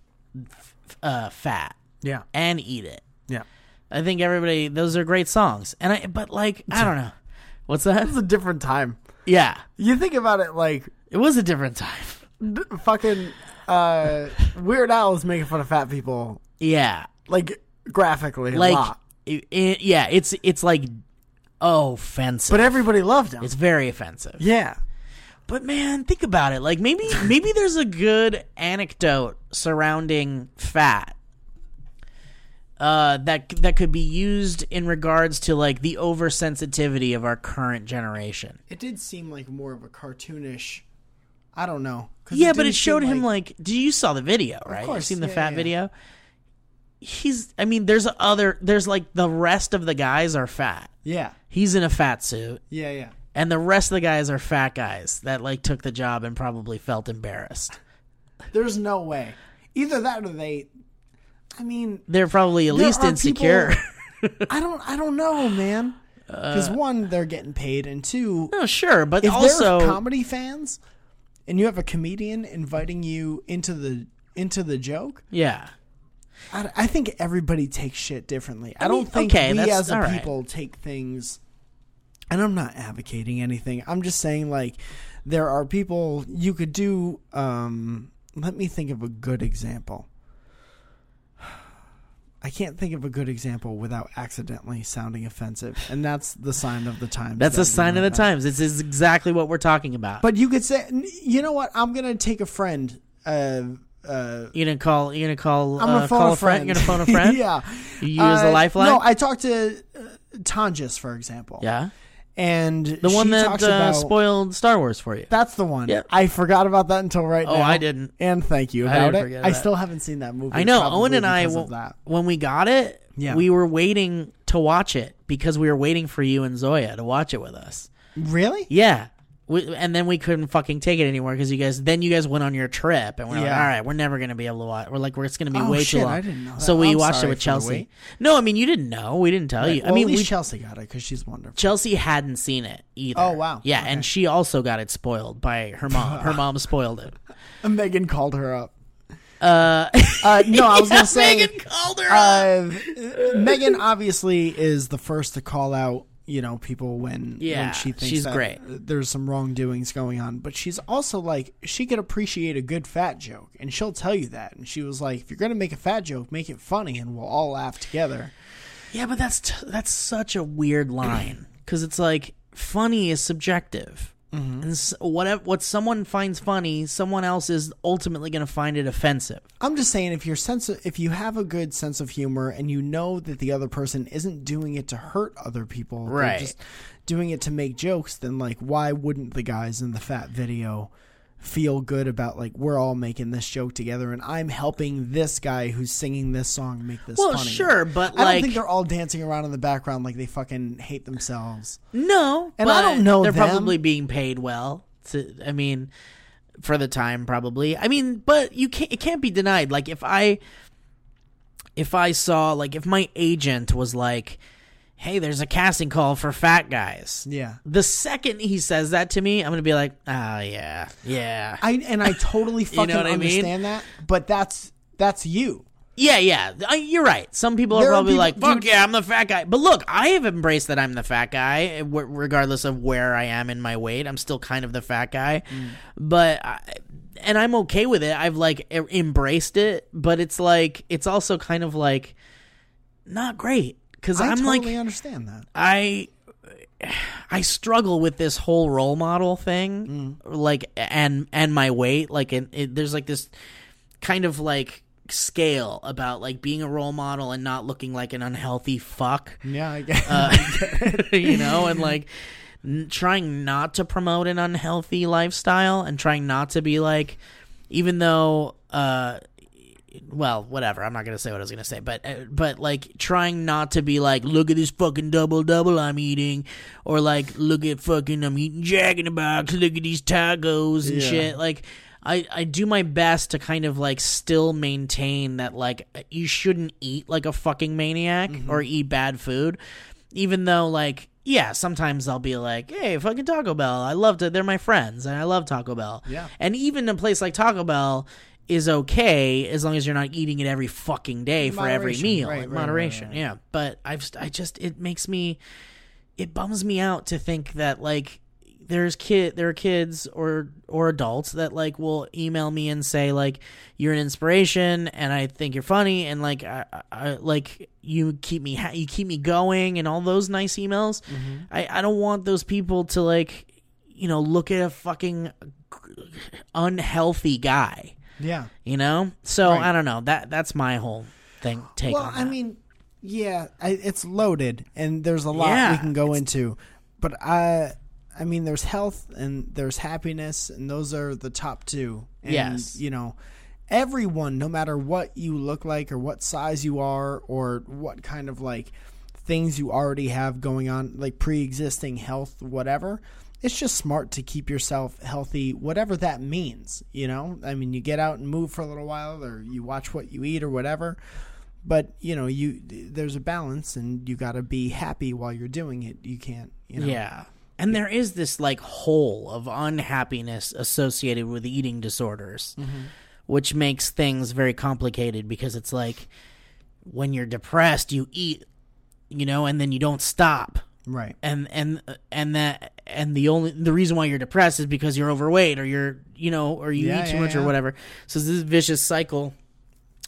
Speaker 2: f- uh, Fat
Speaker 3: Yeah,
Speaker 2: and Eat It.
Speaker 3: yeah.
Speaker 2: I think everybody; those are great songs. And I, but like, I don't know, what's that?
Speaker 3: It's a different time.
Speaker 2: Yeah,
Speaker 3: You think about it, like
Speaker 2: it was a different time.
Speaker 3: d- fucking uh, Weird Al is making fun of fat people,
Speaker 2: Yeah,
Speaker 3: like graphically a
Speaker 2: like,
Speaker 3: lot.
Speaker 2: it, it- yeah, it's it's like, oh, offensive.
Speaker 3: But everybody loved him.
Speaker 2: it's very offensive.
Speaker 3: yeah.
Speaker 2: But man, think about it. Like maybe maybe there's a good anecdote surrounding fat. Uh, that that could be used in regards to like the oversensitivity of our current generation.
Speaker 3: It did seem like more of a cartoonish. I don't know. 'cause
Speaker 2: Yeah, but
Speaker 3: didn't
Speaker 2: it showed
Speaker 3: seem
Speaker 2: him like, do you saw the video, right?
Speaker 3: course,
Speaker 2: you seen the
Speaker 3: yeah,
Speaker 2: fat
Speaker 3: yeah.
Speaker 2: video? He's I mean, there's other there's like the rest of the guys are fat.
Speaker 3: yeah,
Speaker 2: He's in a fat suit.
Speaker 3: yeah, yeah.
Speaker 2: and the rest of the guys are fat guys that like took the job and probably felt embarrassed.
Speaker 3: There's no way. Either that or they. I mean,
Speaker 2: They're probably at
Speaker 3: There
Speaker 2: least
Speaker 3: are
Speaker 2: insecure.
Speaker 3: I don't. I don't know, man. Because one, they're getting paid, and two,
Speaker 2: no, sure, but
Speaker 3: if
Speaker 2: also
Speaker 3: they're comedy fans, and you have a comedian inviting you into the into the joke,
Speaker 2: yeah.
Speaker 3: I, I think everybody takes shit differently. I,
Speaker 2: mean,
Speaker 3: don't think
Speaker 2: okay,
Speaker 3: we
Speaker 2: that's-
Speaker 3: as a
Speaker 2: all right.
Speaker 3: people take things. And I'm not advocating anything. I'm just saying like there are people you could do. Um, let me think of a good example. I can't think of a good example without accidentally sounding offensive, and that's the sign of the times.
Speaker 2: That's
Speaker 3: that
Speaker 2: a
Speaker 3: we
Speaker 2: sign of
Speaker 3: live
Speaker 2: the
Speaker 3: in.
Speaker 2: times. This is exactly what we're talking about.
Speaker 3: But you could say, n- you know what? I'm gonna take a friend. Uh, uh,
Speaker 2: you're gonna call. You're gonna call.
Speaker 3: I'm
Speaker 2: uh,
Speaker 3: gonna phone
Speaker 2: call
Speaker 3: a friend.
Speaker 2: You're gonna phone a friend.
Speaker 3: yeah.
Speaker 2: You use
Speaker 3: Uh,
Speaker 2: a lifeline.
Speaker 3: No, I talked to uh, Tanjis, for example.
Speaker 2: yeah,
Speaker 3: And
Speaker 2: the one
Speaker 3: she
Speaker 2: that
Speaker 3: talks
Speaker 2: uh,
Speaker 3: about,
Speaker 2: spoiled Star Wars for you.
Speaker 3: That's the one.
Speaker 2: Yeah.
Speaker 3: I forgot about that until right
Speaker 2: Oh,
Speaker 3: now.
Speaker 2: I didn't.
Speaker 3: And thank you
Speaker 2: I
Speaker 3: about
Speaker 2: didn't
Speaker 3: it.
Speaker 2: forget
Speaker 3: I
Speaker 2: that.
Speaker 3: still haven't seen that movie.
Speaker 2: I know.
Speaker 3: probably
Speaker 2: Owen and I,
Speaker 3: because of
Speaker 2: w-
Speaker 3: that.
Speaker 2: when we got it,
Speaker 3: Yeah.
Speaker 2: we were waiting to watch it because we were waiting for you and Zoya to watch it with us.
Speaker 3: Really?
Speaker 2: Yeah. We, and then we couldn't fucking take it anymore because you guys. Then you guys went on your trip, and we're like,
Speaker 3: Yeah.
Speaker 2: "All right, we're never gonna be able to watch. We're like, we're it's gonna be
Speaker 3: Oh,
Speaker 2: way
Speaker 3: shit,
Speaker 2: too long."
Speaker 3: I didn't know
Speaker 2: So
Speaker 3: that.
Speaker 2: we
Speaker 3: I'm
Speaker 2: watched it
Speaker 3: sorry
Speaker 2: with
Speaker 3: for the
Speaker 2: Chelsea.
Speaker 3: wait.
Speaker 2: No, I mean you didn't know. We didn't tell you.
Speaker 3: Well,
Speaker 2: I mean,
Speaker 3: at least
Speaker 2: we,
Speaker 3: Chelsea got it because she's wonderful.
Speaker 2: Chelsea hadn't seen it either.
Speaker 3: Oh, wow.
Speaker 2: Yeah,
Speaker 3: Okay.
Speaker 2: and she also got it spoiled by her mom. her mom spoiled it.
Speaker 3: Megan called her up.
Speaker 2: Uh,
Speaker 3: Uh, no, I was
Speaker 2: yeah,
Speaker 3: gonna say
Speaker 2: Megan called her up.
Speaker 3: uh, Megan obviously is the first to call out, you know, people when
Speaker 2: Yeah,
Speaker 3: when she thinks
Speaker 2: she's
Speaker 3: that
Speaker 2: great.
Speaker 3: there's some wrongdoings going on, but she's also like she could appreciate a good fat joke, and she'll tell you that. And she was like, if you're gonna make a fat joke, make it funny, and we'll all laugh together.
Speaker 2: Yeah, but that's t- that's such a weird line because it's like funny is subjective, and s- whatever what someone finds funny, someone else is ultimately going to find it offensive.
Speaker 3: I'm just saying, if your sense, of, if you have a good sense of humor, and you know that the other person isn't doing it to hurt other people, they're
Speaker 2: Right.
Speaker 3: Just doing it to make jokes, then like, why wouldn't the guys in the fat video feel good about like we're all making this joke together, and I'm helping this guy who's singing this song make this?
Speaker 2: Well,
Speaker 3: funny?
Speaker 2: sure, but
Speaker 3: I don't
Speaker 2: like
Speaker 3: think they're all dancing around in the background like they fucking hate themselves.
Speaker 2: no,
Speaker 3: And I
Speaker 2: but
Speaker 3: don't know
Speaker 2: They're
Speaker 3: them.
Speaker 2: probably being paid well. To, I mean, for the time, probably. I mean, but you can't. It can't be denied. Like if I, if I saw like if my agent was like, "Hey, there's a casting call for fat guys."
Speaker 3: Yeah.
Speaker 2: The second he says that to me, I'm gonna be like, "Ah, yeah, yeah,
Speaker 3: I and I totally fucking
Speaker 2: what I mean?
Speaker 3: understand that, but that's that's you.
Speaker 2: yeah, yeah." I, you're right. Some people are
Speaker 3: There are
Speaker 2: probably
Speaker 3: people-
Speaker 2: like, "Fuck
Speaker 3: dude-
Speaker 2: yeah, I'm the fat guy." But look, I have embraced that I'm the fat guy, w- regardless of where I am in my weight. I'm still kind of the fat guy,
Speaker 3: Mm.
Speaker 2: but I, and I'm okay with it. I've like e- embraced it, but it's like it's also kind of like not great because
Speaker 3: I
Speaker 2: I'm
Speaker 3: totally
Speaker 2: like
Speaker 3: understand that.
Speaker 2: I I struggle with this whole role model thing, like and and my weight. Like, it, it, there's like this kind of like scale about like being a role model and not looking like an unhealthy fuck,
Speaker 3: Yeah, I guess.
Speaker 2: you know, and like n- trying not to promote an unhealthy lifestyle and trying not to be like, even though. uh well, whatever. I'm not gonna say what I was gonna say, but uh, but like trying not to be like, look at this fucking double double I'm eating, or like look at fucking I'm eating Jack in the Box. Look at these tacos and
Speaker 3: Yeah.
Speaker 2: shit. Like, I I do my best to kind of like still maintain that like you shouldn't eat like a fucking maniac or eat bad food, even though like. Yeah, sometimes I'll be like, "Hey, fucking Taco Bell! I love to. They're my friends, and I love Taco Bell."
Speaker 3: Yeah.
Speaker 2: And even a place like Taco Bell is okay as long as you're not eating it every fucking day for every
Speaker 3: Moderation,
Speaker 2: meal.
Speaker 3: right,
Speaker 2: in
Speaker 3: right, right,
Speaker 2: moderation.
Speaker 3: right.
Speaker 2: Yeah. But I've st- I just it makes me it bums me out to think that like there's kid there are kids or or adults that like will email me and say like you're an inspiration and I think you're funny and like I, I- I like you keep me ha- you keep me going and all those nice emails.
Speaker 3: Mm-hmm.
Speaker 2: I I don't want those people to like you know look at a fucking unhealthy guy,
Speaker 3: yeah.
Speaker 2: you know? So
Speaker 3: Right.
Speaker 2: I don't know. That that's my whole thing take
Speaker 3: Well,
Speaker 2: on that.
Speaker 3: I mean, yeah, I, it's loaded, and there's a lot
Speaker 2: Yeah,
Speaker 3: we can go into. But I, I mean, there's health and there's happiness, and those are the top two. And,
Speaker 2: Yes.
Speaker 3: you know, everyone, no matter what you look like or what size you are or what kind of like things you already have going on, like pre-existing health, whatever. It's just smart to keep yourself healthy, whatever that means. You know, I mean, you get out and move for a little while, or you watch what you eat, or whatever but you know you there's a balance and you got to be happy while you're doing it you can't you know
Speaker 2: Yeah. And there is this like hole of unhappiness associated with eating disorders, which makes things very complicated because it's like when you're depressed, you eat, you know, and then you don't stop.
Speaker 3: right
Speaker 2: Mm-hmm. And and and that and the only the reason why you're depressed is because you're overweight or you're you know or you
Speaker 3: Yeah,
Speaker 2: eat too
Speaker 3: yeah,
Speaker 2: much
Speaker 3: yeah.
Speaker 2: or whatever. So it's this vicious cycle.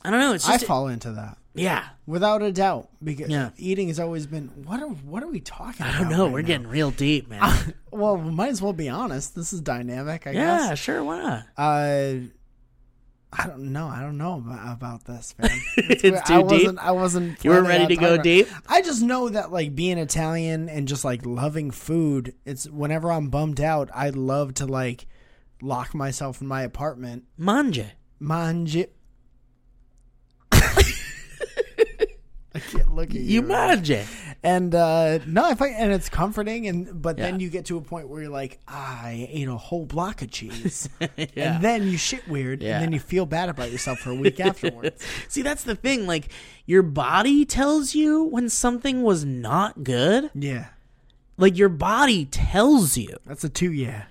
Speaker 2: I don't know. It's
Speaker 3: i
Speaker 2: just
Speaker 3: fall into that
Speaker 2: yeah.
Speaker 3: without a doubt because
Speaker 2: Yeah.
Speaker 3: eating has always been what are what are we talking about
Speaker 2: I don't know.
Speaker 3: right
Speaker 2: Oh, We're
Speaker 3: now?
Speaker 2: getting real deep, man.
Speaker 3: well we might as well be honest this is dynamic i
Speaker 2: yeah,
Speaker 3: guess
Speaker 2: sure. Why not?
Speaker 3: uh I don't know. I don't know ab- about this, man.
Speaker 2: It's
Speaker 3: weird.
Speaker 2: too
Speaker 3: I
Speaker 2: deep?
Speaker 3: wasn't, I wasn't.
Speaker 2: You weren't
Speaker 3: planning
Speaker 2: ready
Speaker 3: on
Speaker 2: to go
Speaker 3: talking about-
Speaker 2: deep?
Speaker 3: I just know that, like, being Italian and just like loving food. It's whenever I'm bummed out, I love to like lock myself in my apartment,
Speaker 2: Manja.
Speaker 3: mangi. I can't look at you.
Speaker 2: You manja.
Speaker 3: And uh, no, I find, and it's comforting, and but then
Speaker 2: Yeah.
Speaker 3: you get to a point where you're like, ah, I ate a whole block of cheese,
Speaker 2: Yeah.
Speaker 3: and then you shit weird,
Speaker 2: Yeah.
Speaker 3: and then you feel bad about yourself for a week afterwards.
Speaker 2: See, that's the thing. Like, your body tells you when something was not good.
Speaker 3: Yeah,
Speaker 2: Like, your body tells you.
Speaker 3: that's a two yeah.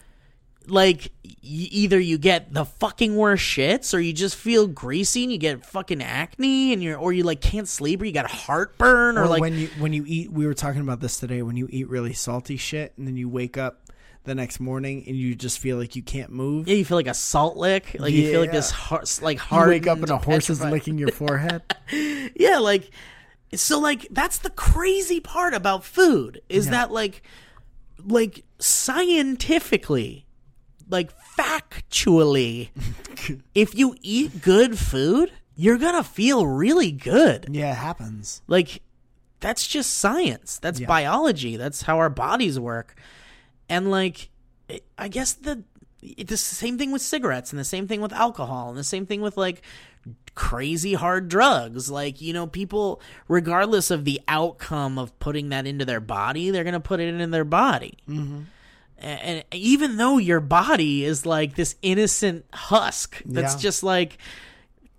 Speaker 2: like y- either you get the fucking worst shits or you just feel greasy and you get fucking acne and you're or you like can't sleep or you got heartburn or,
Speaker 3: Or
Speaker 2: like
Speaker 3: when you when you eat, we were talking about this today. When you eat really salty shit, and then you wake up the next morning and you just feel like you can't move.
Speaker 2: yeah, you feel like a salt lick like you feel like this har- like
Speaker 3: you
Speaker 2: hard
Speaker 3: wake up and a horse is licking your forehead.
Speaker 2: yeah like so like that's the crazy part about food is that like like scientifically like factually if you eat good food you're gonna feel really good
Speaker 3: yeah, it happens.
Speaker 2: Like, that's just science. That's biology. That's how our bodies work. And like, it- I guess the it's the same thing with cigarettes and the same thing with alcohol and the same thing with like crazy hard drugs. Like, you know, people, regardless of the outcome of putting that into their body, they're going to put it in their body. Mm-hmm. And even though your body is like this innocent husk that's
Speaker 3: Yeah.
Speaker 2: just like,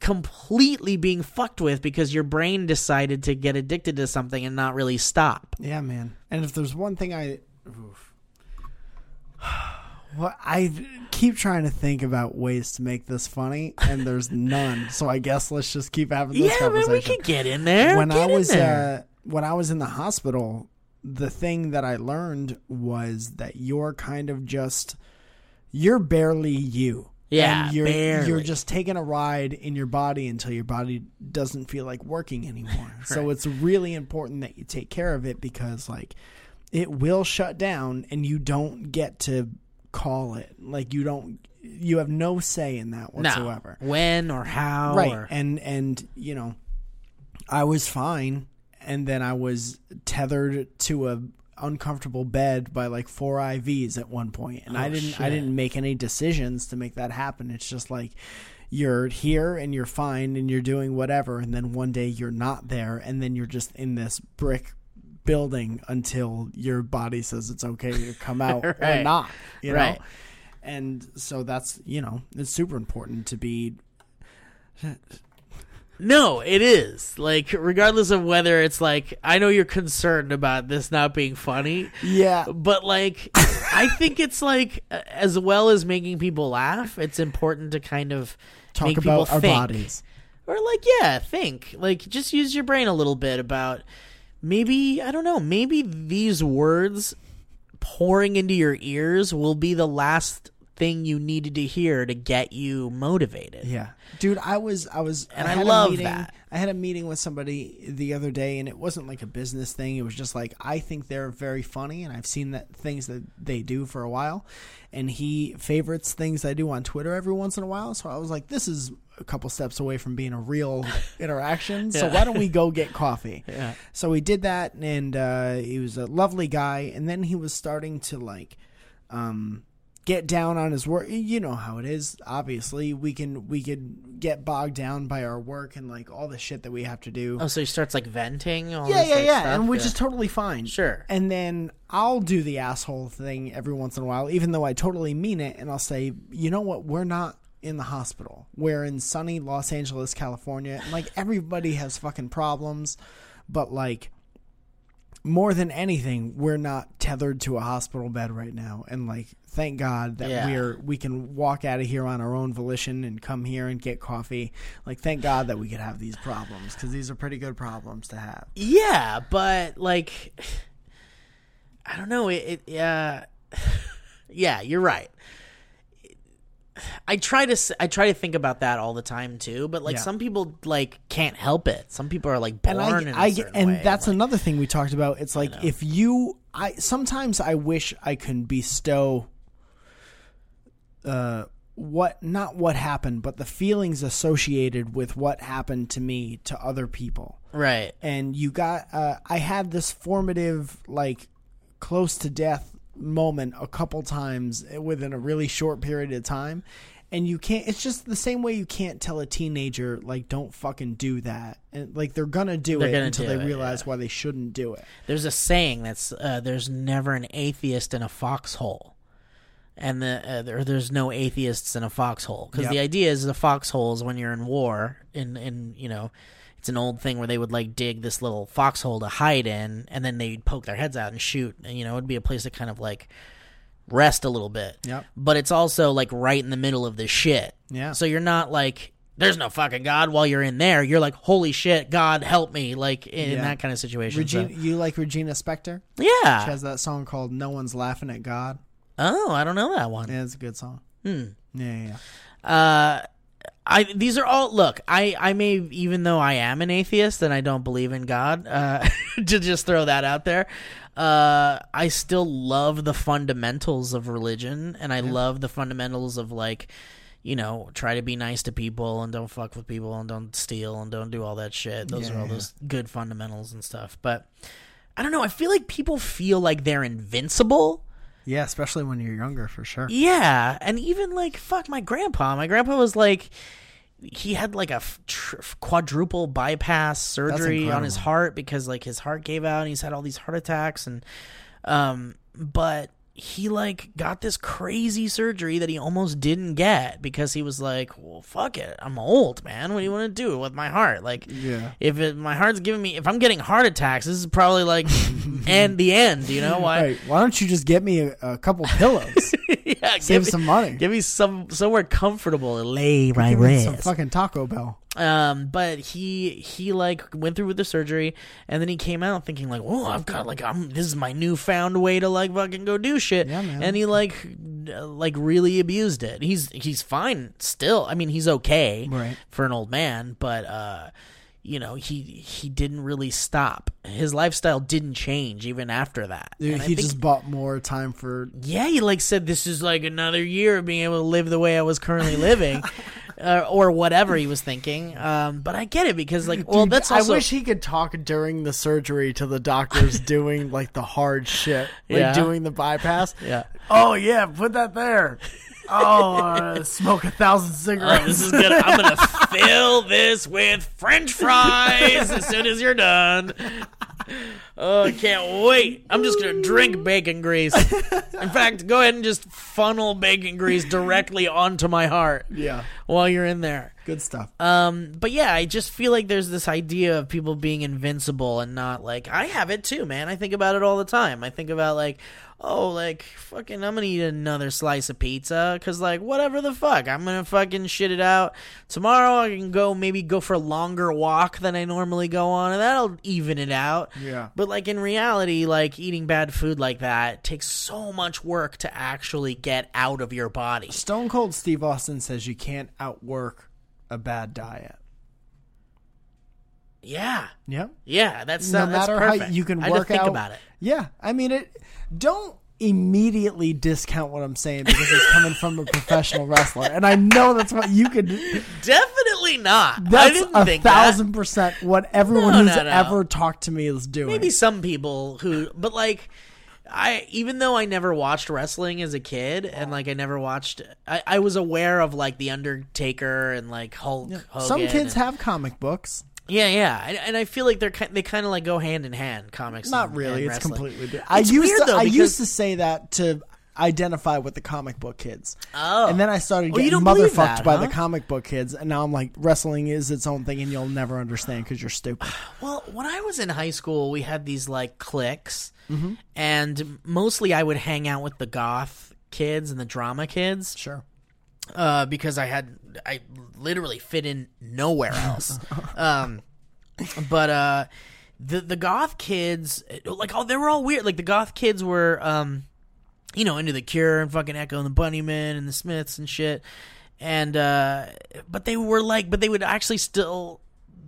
Speaker 2: completely being fucked with because your brain decided to get addicted to something and not really stop.
Speaker 3: Yeah, man. And if there's one thing I, oof. well, I keep trying to think about ways to make this funny, and there's none. So I guess let's just keep having this
Speaker 2: yeah, man,
Speaker 3: conversation.
Speaker 2: we could get in there.
Speaker 3: when
Speaker 2: Get
Speaker 3: I
Speaker 2: in
Speaker 3: was
Speaker 2: there.
Speaker 3: uh, when I was in the hospital, the thing that I learned was that you're kind of just you're barely you.
Speaker 2: Yeah,
Speaker 3: and you're you're
Speaker 2: barely.
Speaker 3: just taking a ride in your body until your body doesn't feel like working anymore. So it's really important that you take care of it because like it will shut down and you don't get to call it. Like you don't you have no say in that
Speaker 2: no.
Speaker 3: whatsoever
Speaker 2: when or how
Speaker 3: right
Speaker 2: or
Speaker 3: and and you know i was fine and then i was tethered to a uncomfortable bed by like four ivs at one point and
Speaker 2: Oh,
Speaker 3: i didn't i didn't make any decisions to make that happen it's just like you're here and you're fine and you're doing whatever and then one day you're not there and then you're just in this brick building until your body says it's okay to come out or
Speaker 2: Right.
Speaker 3: not you know
Speaker 2: Right.
Speaker 3: and so that's you know it's super important to be
Speaker 2: no, it is like regardless of whether it's like I know you're concerned about this not being funny,
Speaker 3: yeah
Speaker 2: but like I think it's like uh, as well as making people laugh, it's important to kind of
Speaker 3: talk
Speaker 2: make people
Speaker 3: about our
Speaker 2: think.
Speaker 3: bodies.
Speaker 2: or like yeah think like just use your brain a little bit about maybe i don't know maybe these words pouring into your ears will be the last thing you needed to hear to get you motivated
Speaker 3: Yeah, dude, I was, I was,
Speaker 2: And I
Speaker 3: had a
Speaker 2: love
Speaker 3: meeting-
Speaker 2: that.
Speaker 3: I had a meeting with somebody the other day, and it wasn't like a business thing. It was just like I think they're very funny, and I've seen that things that they do for a while, and he favorites things I do on Twitter every once in a while. So I was like, this is a couple steps away from being a real interaction. So why don't we go get coffee? Yeah. So we did that, and uh, he was a lovely guy, and then he was starting to like um, get down on his work. You know how it is. Obviously, we can we could get bogged down by our work and like all the shit that we have to do.
Speaker 2: oh so he starts like venting all
Speaker 3: yeah,
Speaker 2: this,
Speaker 3: yeah,
Speaker 2: like,
Speaker 3: yeah,
Speaker 2: stuff?
Speaker 3: and which
Speaker 2: Yeah.
Speaker 3: is totally fine.
Speaker 2: Sure.
Speaker 3: And then I'll do the asshole thing every once in a while, even though I totally mean it, and I'll say, you know what, we're not. In the hospital, we're in sunny Los Angeles, California, and like everybody has fucking problems, but like more than anything, we're not tethered to a hospital bed right now, and like, thank God that
Speaker 2: Yeah.
Speaker 3: we're we can walk out of here on our own volition and come here and get coffee. Like, thank God that we could have these problems because these are pretty good problems to have.
Speaker 2: yeah but like i don't know it, it uh, yeah you're right I try to s- I try to think about that all the time too, but like
Speaker 3: Yeah.
Speaker 2: some people like can't help it. Some people are like born
Speaker 3: and
Speaker 2: in a
Speaker 3: I, I
Speaker 2: certain
Speaker 3: and
Speaker 2: way.
Speaker 3: that's another thing we talked about. It's like if you, I sometimes I wish I can bestow, uh, what not what happened, but the feelings associated with what happened to me to other people.
Speaker 2: right.
Speaker 3: and you got uh, i had this formative like close to death moment a couple times within a really short period of time and you can't it's just the same way you can't tell a teenager like don't fucking do that and like they're gonna do it
Speaker 2: gonna
Speaker 3: until
Speaker 2: do
Speaker 3: they
Speaker 2: it,
Speaker 3: realize why they shouldn't do it
Speaker 2: There's a saying that's uh, there's never an atheist in a foxhole, and the uh, there, there's no atheists in a foxhole because the
Speaker 3: Yep.
Speaker 2: idea is the foxhole is when you're in war in in you know it's an old thing where they would like dig this little foxhole to hide in and then they'd poke their heads out and shoot and you know it'd be a place to kind of like rest a little bit.
Speaker 3: Yep.
Speaker 2: But it's also like right in the middle of this shit.
Speaker 3: Yeah.
Speaker 2: So you're not like there's no fucking God while you're in there. You're like, holy shit, God help me, like in,
Speaker 3: Yeah.
Speaker 2: that kind of situation.
Speaker 3: Regina, you like Regina Spektor?
Speaker 2: so- yeah.
Speaker 3: She has that song called "No One's Laughing at God."
Speaker 2: oh, I don't know that one.
Speaker 3: Yeah, it's a good song.
Speaker 2: Hmm.
Speaker 3: Yeah, yeah, yeah.
Speaker 2: Uh, I these are all look. I I may even though I am an atheist and I don't believe in God, uh, to just throw that out there. Uh, I still love the fundamentals of religion, and I love the fundamentals of like, you know, try to be nice to people and don't fuck with people and don't steal and don't do all that shit. Those
Speaker 3: Yeah,
Speaker 2: are all
Speaker 3: yeah.
Speaker 2: those good fundamentals and stuff. But I don't know. I feel like people feel like they're invincible.
Speaker 3: Yeah, especially when you're younger, for sure.
Speaker 2: Yeah, and even like fuck my grandpa. My grandpa was like he had like a f- tr- quadruple bypass surgery on his
Speaker 3: incredible.
Speaker 2: heart because like his heart gave out and he's had all these heart attacks and um but he like got this crazy surgery that he almost didn't get because he was like, "Well, fuck it. I'm old, man. What do you want to do with my heart?" Like
Speaker 3: Yeah.
Speaker 2: if it, my heart's giving me if I'm getting heart attacks, this is probably like and the end, you know? Why
Speaker 3: Right. Why don't you just get me a, a couple pillows?
Speaker 2: yeah, give
Speaker 3: Save
Speaker 2: me-
Speaker 3: some money.
Speaker 2: Give me some somewhere comfortable to lay my
Speaker 3: Give me some
Speaker 2: wrist.
Speaker 3: fucking Taco Bell.
Speaker 2: Um, but he he like went through with the surgery, and then he came out thinking like, "Oh, I've got like I'm this is my newfound way to like fucking go do shit."
Speaker 3: Yeah, man.
Speaker 2: And he like uh, like really abused it. He's he's fine still. I mean, he's okay
Speaker 3: Right.
Speaker 2: for an old man, but uh, you know he he didn't really stop. His lifestyle didn't change even after that.
Speaker 3: Dude,
Speaker 2: And I
Speaker 3: he
Speaker 2: think-
Speaker 3: just bought more time for.
Speaker 2: yeah, he like said this is like another year of being able to live the way I was currently living, uh, or whatever he was thinking. Um, but I get it because like, well,
Speaker 3: Dude,
Speaker 2: that's also
Speaker 4: I wish he could talk during the surgery to the doctors doing like the hard shit, like
Speaker 2: Yeah.
Speaker 4: doing the bypass.
Speaker 2: yeah.
Speaker 4: Oh yeah, put that there. Oh, uh, smoke a thousand cigarettes.
Speaker 2: Oh, This is good. I'm gonna fill this with French fries as soon as you're done. Oh, I can't wait. I'm just gonna drink bacon grease. In fact, go ahead and just funnel bacon grease directly onto my heart
Speaker 3: Yeah.
Speaker 2: while you're in there.
Speaker 3: Good stuff.
Speaker 2: Um, but yeah, I just feel like there's this idea of people being invincible and not like I have it too, man. I think about it all the time. I think about like, oh, like fucking, I'm gonna eat another slice of pizza because like whatever the fuck, I'm gonna fucking shit it out tomorrow. I can go maybe go for a longer walk than I normally go on, and that'll even it out.
Speaker 3: Yeah.
Speaker 2: But like in reality, like eating bad food like that takes so much work to actually get out of your body.
Speaker 3: Stone Cold Steve Austin says you can't outwork a bad diet.
Speaker 2: Yeah.
Speaker 3: Yeah.
Speaker 2: Yeah, that's uh,
Speaker 3: no
Speaker 2: that's
Speaker 3: matter how
Speaker 2: perfect.
Speaker 3: you can
Speaker 2: I had to
Speaker 3: work
Speaker 2: think
Speaker 3: out.
Speaker 2: about it.
Speaker 3: Yeah, I mean it. Don't immediately discount what I'm saying because it's coming from a professional wrestler, and I know that's what you could.
Speaker 2: Definitely not. I
Speaker 3: That's
Speaker 2: didn't
Speaker 3: a
Speaker 2: think that.
Speaker 3: thousand percent what everyone
Speaker 2: No,
Speaker 3: who's
Speaker 2: no, no.
Speaker 3: ever talked to me is doing.
Speaker 2: Maybe some people who, but like, I even though I never watched wrestling as a kid, and like I never watched, I, I was aware of like the Undertaker and like Hulk. Hogan
Speaker 3: some kids
Speaker 2: and,
Speaker 3: have comic books.
Speaker 2: yeah, yeah, and, and I feel like they're ki- they kind of like go hand in hand. Comics,
Speaker 3: Not
Speaker 2: and-
Speaker 3: really.
Speaker 2: and
Speaker 3: It's
Speaker 2: wrestling.
Speaker 3: completely different. I
Speaker 2: It's
Speaker 3: used
Speaker 2: weird,
Speaker 3: to,
Speaker 2: though,
Speaker 3: I
Speaker 2: because-
Speaker 3: used to say that to identify with the comic book kids.
Speaker 2: Oh.
Speaker 3: And then I started
Speaker 2: Oh, you
Speaker 3: getting
Speaker 2: don't believe
Speaker 3: motherfucked
Speaker 2: that,
Speaker 3: by
Speaker 2: huh?
Speaker 3: the comic book kids, and now I'm like, wrestling is its own thing, and you'll never understand because you're stupid.
Speaker 2: Well, when I was in high school, we had these like cliques, and mostly I would hang out with the goth kids and the drama kids.
Speaker 3: Sure.
Speaker 2: uh, because I had I literally fit in nowhere else. um, but uh, the the goth kids, like oh, they were all weird. Like the goth kids were, um, you know, into the Cure and fucking Echo and the Bunnymen and the Smiths and shit. And uh, but they were like, but they would actually still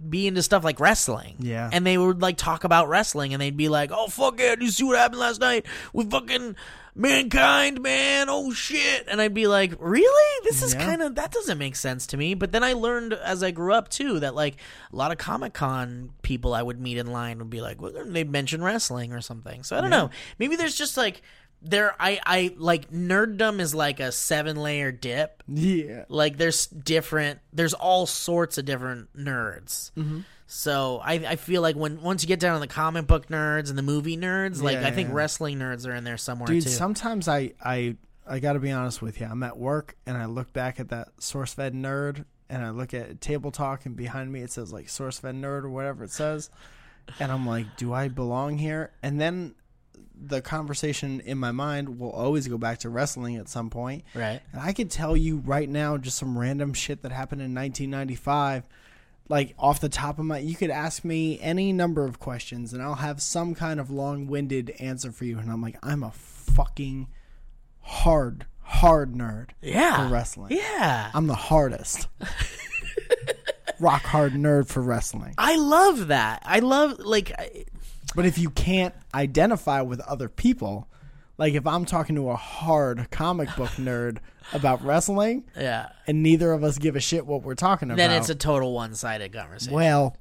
Speaker 2: be into stuff like wrestling.
Speaker 3: Yeah.
Speaker 2: And they would like talk about wrestling and they'd be like, oh, fuck it. You see what happened last night with fucking mankind, man? Oh, shit. And I'd be like, really? This is kind of, that doesn't make sense to me. But then I learned as I grew up too that like a lot of Comic Con people I would meet in line would be like, well, they'd mention wrestling or something. So I don't know. Maybe there's just like, there, I, I like nerddom is like a seven layer dip
Speaker 3: Yeah.
Speaker 2: like there's different there's all sorts of different nerds
Speaker 3: Mm-hmm.
Speaker 2: so I, I feel like when once you get down to the comic book nerds and the movie nerds like
Speaker 3: Yeah,
Speaker 2: i think
Speaker 3: yeah.
Speaker 2: wrestling nerds are in there somewhere
Speaker 3: Dude,
Speaker 2: too
Speaker 3: sometimes I, I, I got to be honest with you. I'm at work, and I look back at that SourceFed nerd, and I look at Table Talk, and behind me it says like SourceFed nerd or whatever it says, and I'm like, do I belong here? And then the conversation in my mind will always go back to wrestling at some point.
Speaker 2: Right.
Speaker 3: And I could tell you right now just some random shit that happened in 1995. Like off the top of my, you could ask me any number of questions, and I'll have some kind of long-winded answer for you. And I'm like, I'm a fucking hard, hard nerd.
Speaker 2: Yeah.
Speaker 3: for wrestling. Um,
Speaker 2: Yeah.
Speaker 3: I'm the hardest. Rock hard nerd for wrestling.
Speaker 2: I love that. I love like I-
Speaker 3: But if you can't identify with other people, like if I'm talking to a hard comic book nerd about wrestling,
Speaker 2: yeah.
Speaker 3: and neither of us give a shit what we're talking about,
Speaker 2: Then it's a total one-sided conversation.
Speaker 3: well,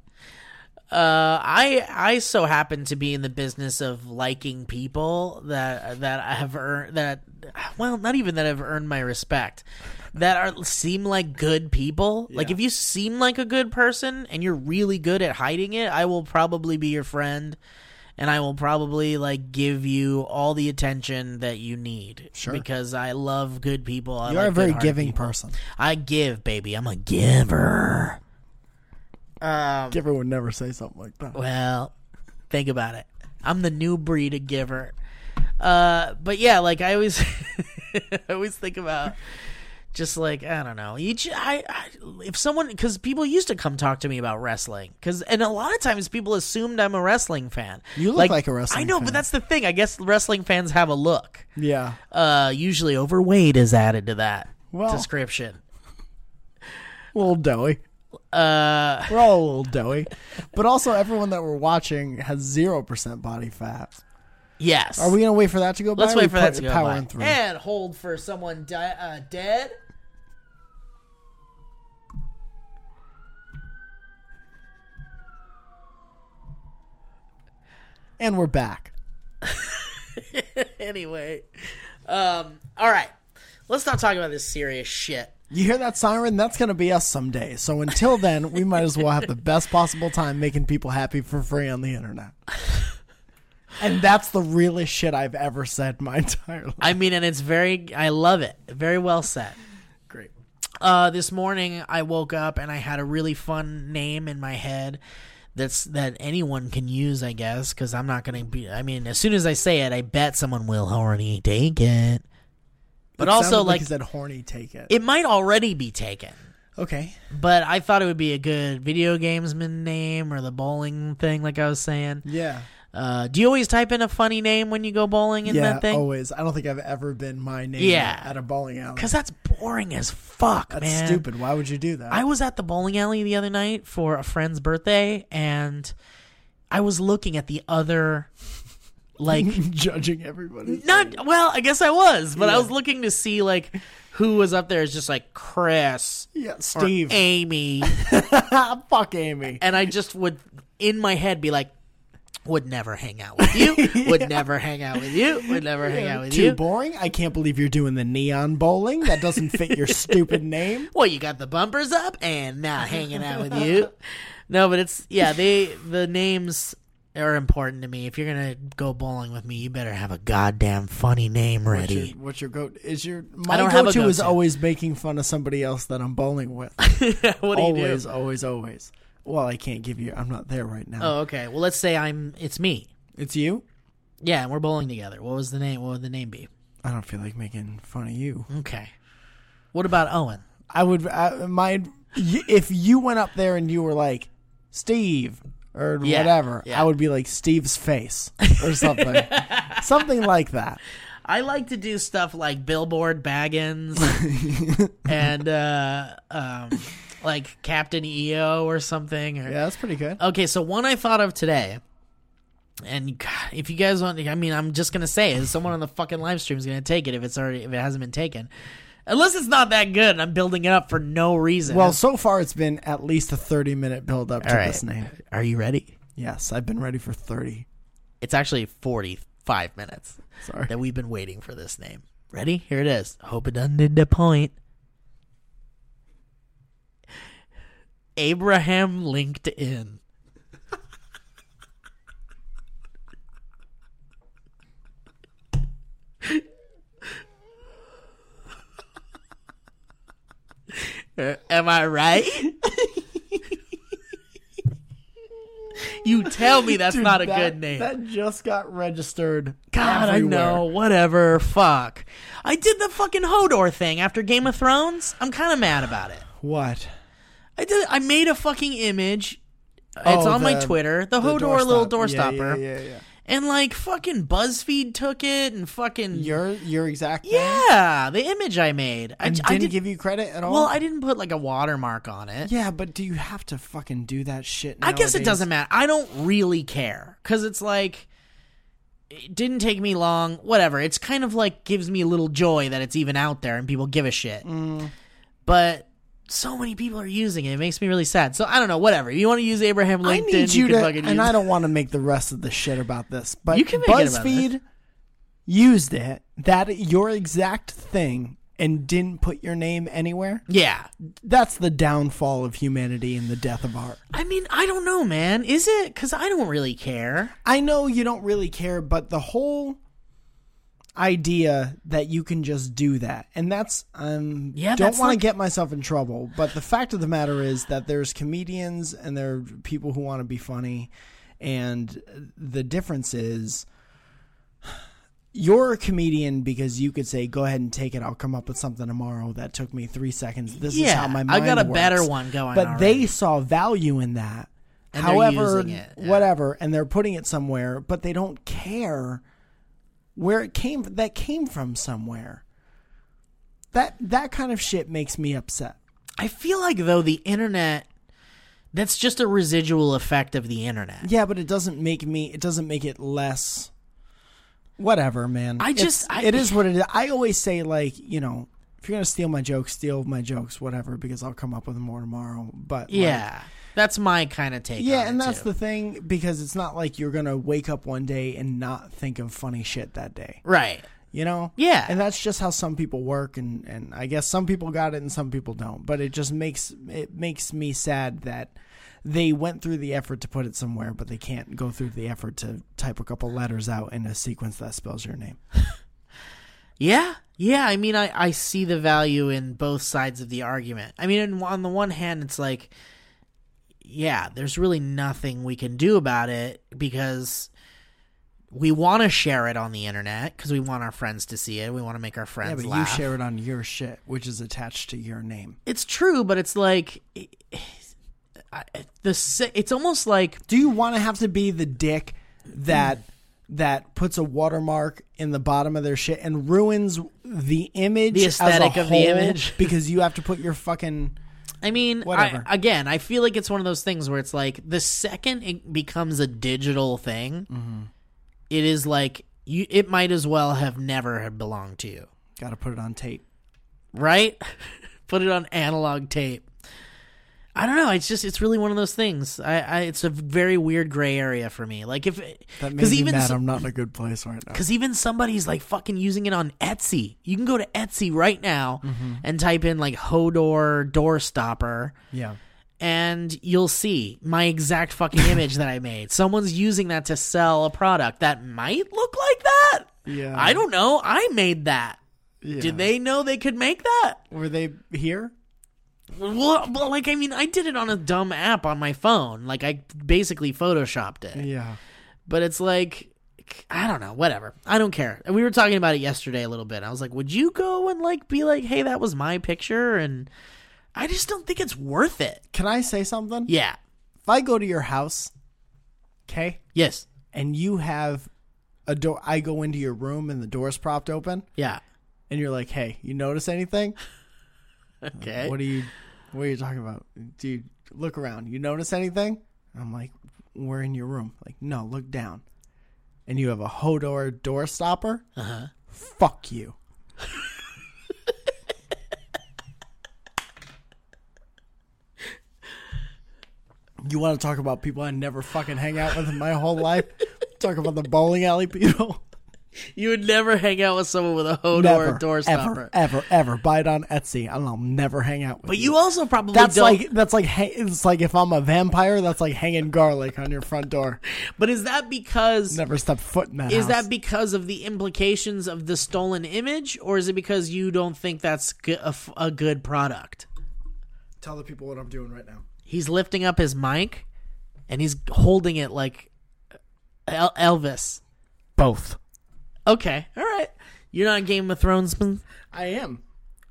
Speaker 2: Uh, I I so happen to be in the business of liking people that that I have earned that well not even that have earned my respect that are seem like good people. Like if you seem like a good person and you're really good at hiding it, I will probably be your friend and I will probably like give you all the attention that you need
Speaker 3: Sure.
Speaker 2: because I love good people. I
Speaker 3: you're
Speaker 2: like
Speaker 3: a very
Speaker 2: good-hearted
Speaker 3: giving
Speaker 2: people.
Speaker 3: person.
Speaker 2: I give, baby. I'm a giver. Um
Speaker 4: Giver would never say something like that.
Speaker 2: well, think about it. I'm the new breed of giver. Uh, but yeah, like I always, I always think about just like I don't know. Each I, I if someone because people used to come talk to me about wrestling because and a lot of times people assumed I'm a wrestling fan.
Speaker 3: You look like a wrestling
Speaker 2: I know, but
Speaker 3: fan.
Speaker 2: that's the thing. I guess wrestling fans have a look.
Speaker 3: Yeah,
Speaker 2: Uh, usually overweight is added to that
Speaker 3: Well-
Speaker 2: description.
Speaker 3: a little doughy.
Speaker 2: Uh,
Speaker 3: We're all a little doughy, but also everyone that we're watching has zero percent body fat.
Speaker 2: yes.
Speaker 3: Are we gonna wait for that to go by?
Speaker 2: Let's
Speaker 3: or
Speaker 2: wait
Speaker 3: we
Speaker 2: for that to
Speaker 3: put-
Speaker 2: go
Speaker 3: powering
Speaker 2: by. Eh.
Speaker 3: through?
Speaker 2: And hold for someone di- uh, dead.
Speaker 3: and we're back.
Speaker 2: anyway, um, all right. Let's not talk about this serious shit.
Speaker 3: You hear that siren? That's going to be us someday. So until then, we might as well have the best possible time making people happy for free on the internet. And that's the realest shit I've ever said my entire life.
Speaker 2: I mean, and it's very, I love it. Very well said.
Speaker 3: Great.
Speaker 2: Uh, this morning I woke up and I had a really fun name in my head. That's that anyone can use, I guess, because I'm not gonna be. I mean, as soon as I say it, I bet someone will already take it. But also,
Speaker 3: like
Speaker 2: like,
Speaker 3: you said, horny take it.
Speaker 2: it might already be taken.
Speaker 3: okay.
Speaker 2: But I thought it would be a good video gamesman name or the bowling thing, like I was saying.
Speaker 3: Yeah.
Speaker 2: Uh, do you always type in a funny name when you go bowling in
Speaker 3: Yeah.
Speaker 2: that thing?
Speaker 3: Always. I don't think I've ever been my name
Speaker 2: Yeah.
Speaker 3: at a bowling alley.
Speaker 2: Because that's boring as fuck,
Speaker 3: That's
Speaker 2: man.
Speaker 3: stupid. Why would you do that?
Speaker 2: I was at the bowling alley the other night for a friend's birthday, and I was looking at the other, like,
Speaker 3: judging everybody.
Speaker 2: not well. I guess I was, but I was looking to see like who was up there. It's just like Chris,
Speaker 3: Yeah,
Speaker 2: or
Speaker 3: Steve.
Speaker 2: Amy,
Speaker 3: Fuck Amy.
Speaker 2: and I just would in my head be like, would never hang out with you. Would never hang out with you. Would never hang out with
Speaker 3: Too
Speaker 2: you.
Speaker 3: boring. I can't believe you're doing the neon bowling. That doesn't fit your stupid name.
Speaker 2: well, you got the bumpers up and not hanging out with you. No, but it's yeah, they the names are important to me. If you're gonna go bowling with me, you better have a goddamn funny name
Speaker 3: What's your,
Speaker 2: ready.
Speaker 3: what's your go? Is your my
Speaker 2: don't
Speaker 3: go-to,
Speaker 2: have a
Speaker 3: is
Speaker 2: go-to.
Speaker 3: always making fun of somebody else that I'm bowling with.
Speaker 2: what do
Speaker 3: always,
Speaker 2: you do?
Speaker 3: always, always. Well, I can't give you. I'm not there right now.
Speaker 2: Oh, okay. Well, let's say I'm it's me.
Speaker 3: It's you.
Speaker 2: Yeah, and we're bowling together. What was the name? What would the name be?
Speaker 3: I don't feel like making fun of you.
Speaker 2: Okay. What about Owen?
Speaker 3: I would. I, my y- if you went up there and you were like Steve or
Speaker 2: Yeah,
Speaker 3: whatever,
Speaker 2: yeah.
Speaker 3: I would be like Steve's face or something, something like that.
Speaker 2: I like to do stuff like Billboard Baggins and uh, um, like Captain EO or something. Or
Speaker 3: Yeah, that's pretty good.
Speaker 2: okay, so one I thought of today, and God, if you guys want, I mean, I'm just gonna say, it. someone on the fucking live stream is gonna take it if it's already if it hasn't been taken, unless it's not that good. and I'm building it up for no reason.
Speaker 3: Well, so far it's been at least a 30 minute build up to
Speaker 2: All right.
Speaker 3: this name.
Speaker 2: are you ready?
Speaker 3: Yes, I've been ready for 30.
Speaker 2: It's actually 45 minutes
Speaker 3: Sorry.
Speaker 2: that we've been waiting for this name. Ready? Here it is. Hope it doesn't end the point. Abraham LinkedIn. Am I right? You tell me that's
Speaker 3: Dude,
Speaker 2: not a
Speaker 3: that-
Speaker 2: good name.
Speaker 3: That just got registered.
Speaker 2: God,
Speaker 3: everywhere.
Speaker 2: I know. Whatever. Fuck. I did the fucking Hodor thing after Game of Thrones. I'm kind of mad about it.
Speaker 3: What?
Speaker 2: I did. I made a fucking image. it's
Speaker 3: Oh,
Speaker 2: on my
Speaker 3: the-
Speaker 2: Twitter. The,
Speaker 3: The
Speaker 2: Hodor little door
Speaker 3: stop- yeah,
Speaker 2: stopper.
Speaker 3: Yeah, yeah, yeah.
Speaker 2: And like fucking BuzzFeed took it and fucking
Speaker 3: Your your exact name?
Speaker 2: yeah, the image I made. I,
Speaker 3: And
Speaker 2: j-
Speaker 3: didn't
Speaker 2: I did,
Speaker 3: give you credit at all.
Speaker 2: well, I didn't put like a watermark on it.
Speaker 3: yeah, but do you have to fucking do that shit?
Speaker 2: I guess it
Speaker 3: nowadays?
Speaker 2: doesn't matter. I don't really care because it's like it didn't take me long. Whatever. It's kind of like gives me a little joy that it's even out there and people give a shit.
Speaker 3: Mm.
Speaker 2: But so many people are using it. It makes me really sad. So I don't know. Whatever. You want to use Abraham
Speaker 3: I
Speaker 2: Lincoln?
Speaker 3: need you,
Speaker 2: can
Speaker 3: to,
Speaker 2: fucking
Speaker 3: and
Speaker 2: use
Speaker 3: I don't want to make the rest of the shit about this, but
Speaker 2: You can make it about
Speaker 3: BuzzFeed used it that your exact thing and didn't put your name anywhere.
Speaker 2: Yeah.
Speaker 3: That's the downfall of humanity and the death of art.
Speaker 2: I mean, I don't know, man. Is it? Because I don't really care.
Speaker 3: I know you don't really care, but the whole idea that you can just do that, and that's um
Speaker 2: Yeah,
Speaker 3: don't
Speaker 2: that's
Speaker 3: want to
Speaker 2: like-
Speaker 3: get myself in trouble. But the fact of the matter is that there's comedians and there are people who want to be funny, and the difference is. You're a comedian because you could say, "Go ahead and take it. I'll come up with something tomorrow that took me three seconds. This is
Speaker 2: Yeah,
Speaker 3: how my mind
Speaker 2: I got a
Speaker 3: works."
Speaker 2: better one going
Speaker 3: But they
Speaker 2: already.
Speaker 3: saw value in that.
Speaker 2: And they're
Speaker 3: However,
Speaker 2: using it, yeah.
Speaker 3: whatever, and they're putting it somewhere, but they don't care where it came that came from somewhere. That that kind of shit makes me upset.
Speaker 2: I feel like though the internet that's just a residual effect of the internet.
Speaker 3: Yeah, but it doesn't make me it doesn't make it less whatever, man.
Speaker 2: I just-
Speaker 3: It's-
Speaker 2: I-
Speaker 3: it is what it is. I always say like, you know, if you're going to steal my jokes, steal my jokes, whatever, because I'll come up with more tomorrow. But like,
Speaker 2: Yeah. that's my kind of take.
Speaker 3: Yeah,
Speaker 2: on
Speaker 3: and
Speaker 2: it,
Speaker 3: that's
Speaker 2: too.
Speaker 3: the thing because it's not like you're going to wake up one day and not think of funny shit that day.
Speaker 2: right.
Speaker 3: You know?
Speaker 2: Yeah.
Speaker 3: And that's just how some people work and and I guess some people got it and some people don't, but it just makes it makes me sad that they went through the effort to put it somewhere, but they can't go through the effort to type a couple letters out in a sequence that spells your name.
Speaker 2: Yeah, yeah. I mean, I, I see the value in both sides of the argument. I mean, and on the one hand, it's like, yeah, there's really nothing we can do about it because we want to share it on the internet because we want our friends to see it. We want to make our friends
Speaker 3: Yeah, but
Speaker 2: laugh.
Speaker 3: you share it on your shit, which is attached to your name.
Speaker 2: it's true, but it's like I, the si- it's almost like
Speaker 3: Do you want to have to be the dick that that puts a watermark in the bottom of their shit and ruins the image,
Speaker 2: The
Speaker 3: as a
Speaker 2: aesthetic of the
Speaker 3: whole
Speaker 2: image?
Speaker 3: because you have to put your fucking
Speaker 2: I mean, I,
Speaker 3: Whatever.
Speaker 2: again, I feel like it's one of those things where it's like the second it becomes a digital thing,
Speaker 3: Mm-hmm.
Speaker 2: it is like you. It might as well have never have belonged to you,
Speaker 3: got to put it on tape.
Speaker 2: right? Put it on analog tape. I don't know. It's just it's really one of those things. I, I it's a very weird gray area for me. Like if
Speaker 3: That
Speaker 2: because
Speaker 3: makes me
Speaker 2: even
Speaker 3: mad. I'm not in a good place right now.
Speaker 2: because even somebody's like fucking using it on Etsy. You can go to Etsy right now
Speaker 3: Mm-hmm.
Speaker 2: and type in like Hodor door stopper
Speaker 3: Yeah.
Speaker 2: and you'll see my exact fucking image that I made. Someone's using that to sell a product that might look like that.
Speaker 3: Yeah.
Speaker 2: I don't know. I made that.
Speaker 3: Yeah.
Speaker 2: Did they know they could make that?
Speaker 3: Were they here?
Speaker 2: Well, well, like I mean, I did it on a dumb app on my phone. Like I basically photoshopped it.
Speaker 3: Yeah.
Speaker 2: But it's like I don't know, whatever. I don't care. And We were talking about it yesterday a little bit. I was like, "Would you go and like be like, "Hey, that was my picture." And I just don't think it's worth it.
Speaker 3: Can I say something?
Speaker 2: Yeah.
Speaker 3: If I go to your house, okay,
Speaker 2: Yes.
Speaker 3: and you have a door, I go into your room and the door's propped open,
Speaker 2: Yeah.
Speaker 3: and you're like, "Hey, you notice anything?"
Speaker 2: Okay.
Speaker 3: What are you what are you talking about? Do you look around? You notice anything? I'm like, We're in your room. Like, no, look down. And you have a Hodor door stopper? Uh-huh. Fuck you. You want to talk about people I never fucking hang out with in my whole life? Talk about the bowling alley people.
Speaker 2: You would never hang out with someone with a Hodor
Speaker 3: Never,
Speaker 2: door
Speaker 3: ever,
Speaker 2: stopper.
Speaker 3: ever, ever. Buy it on Etsy, and I'll never hang out with
Speaker 2: But
Speaker 3: you.
Speaker 2: you also probably
Speaker 3: That's
Speaker 2: don't.
Speaker 3: like that's like ha- it's like if I'm a vampire, that's like hanging garlic on your front door.
Speaker 2: but is that because
Speaker 3: Never step foot in that.
Speaker 2: is
Speaker 3: house.
Speaker 2: that because of the implications of the stolen image, or is it because you don't think that's go- a, f- a good product?
Speaker 3: tell the people what I'm doing right now?
Speaker 2: He's lifting up his mic and he's holding it like El- Elvis.
Speaker 4: Both.
Speaker 2: Okay, all right. You're not a Game of Thrones man.
Speaker 3: I am.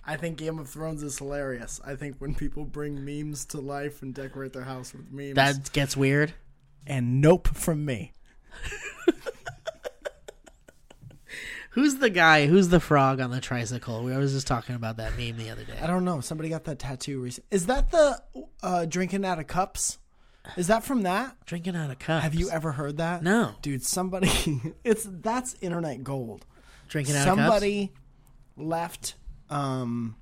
Speaker 3: I think Game of Thrones is hilarious. I think when people bring memes to life and decorate their house with memes.
Speaker 2: That gets weird.
Speaker 4: And nope from me.
Speaker 2: Who's the guy? Who's the frog on the tricycle? We was just talking about that meme the other
Speaker 3: I
Speaker 2: day.
Speaker 3: don't know. Somebody got that tattoo recently. Is that the uh, drinking out of cups? Is that from that?
Speaker 2: Drinking out of cups.
Speaker 3: Have you ever heard that?
Speaker 2: No.
Speaker 3: Dude, somebody it's that's internet gold.
Speaker 2: Drinking out of cups.
Speaker 3: Somebody left um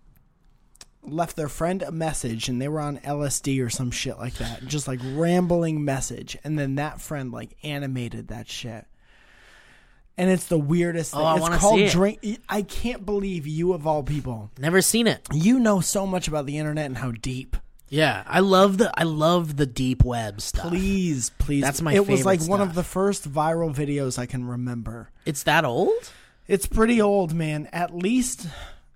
Speaker 3: left their friend a message and they were on LSD or some shit like that. Just like rambling message and then that friend like animated that shit. And it's the weirdest
Speaker 2: Oh,
Speaker 3: thing.
Speaker 2: I
Speaker 3: it's
Speaker 2: wanna
Speaker 3: called
Speaker 2: see it.
Speaker 3: drink I can't believe you of all people.
Speaker 2: Never seen it.
Speaker 3: You know so much about the internet and how deep.
Speaker 2: Yeah, I love the I love the deep web stuff.
Speaker 3: Please, please.
Speaker 2: That's my
Speaker 3: It was
Speaker 2: favorite
Speaker 3: like one of
Speaker 2: stuff.
Speaker 3: the first viral videos I can remember.
Speaker 2: It's that old?
Speaker 3: It's pretty old, man. At least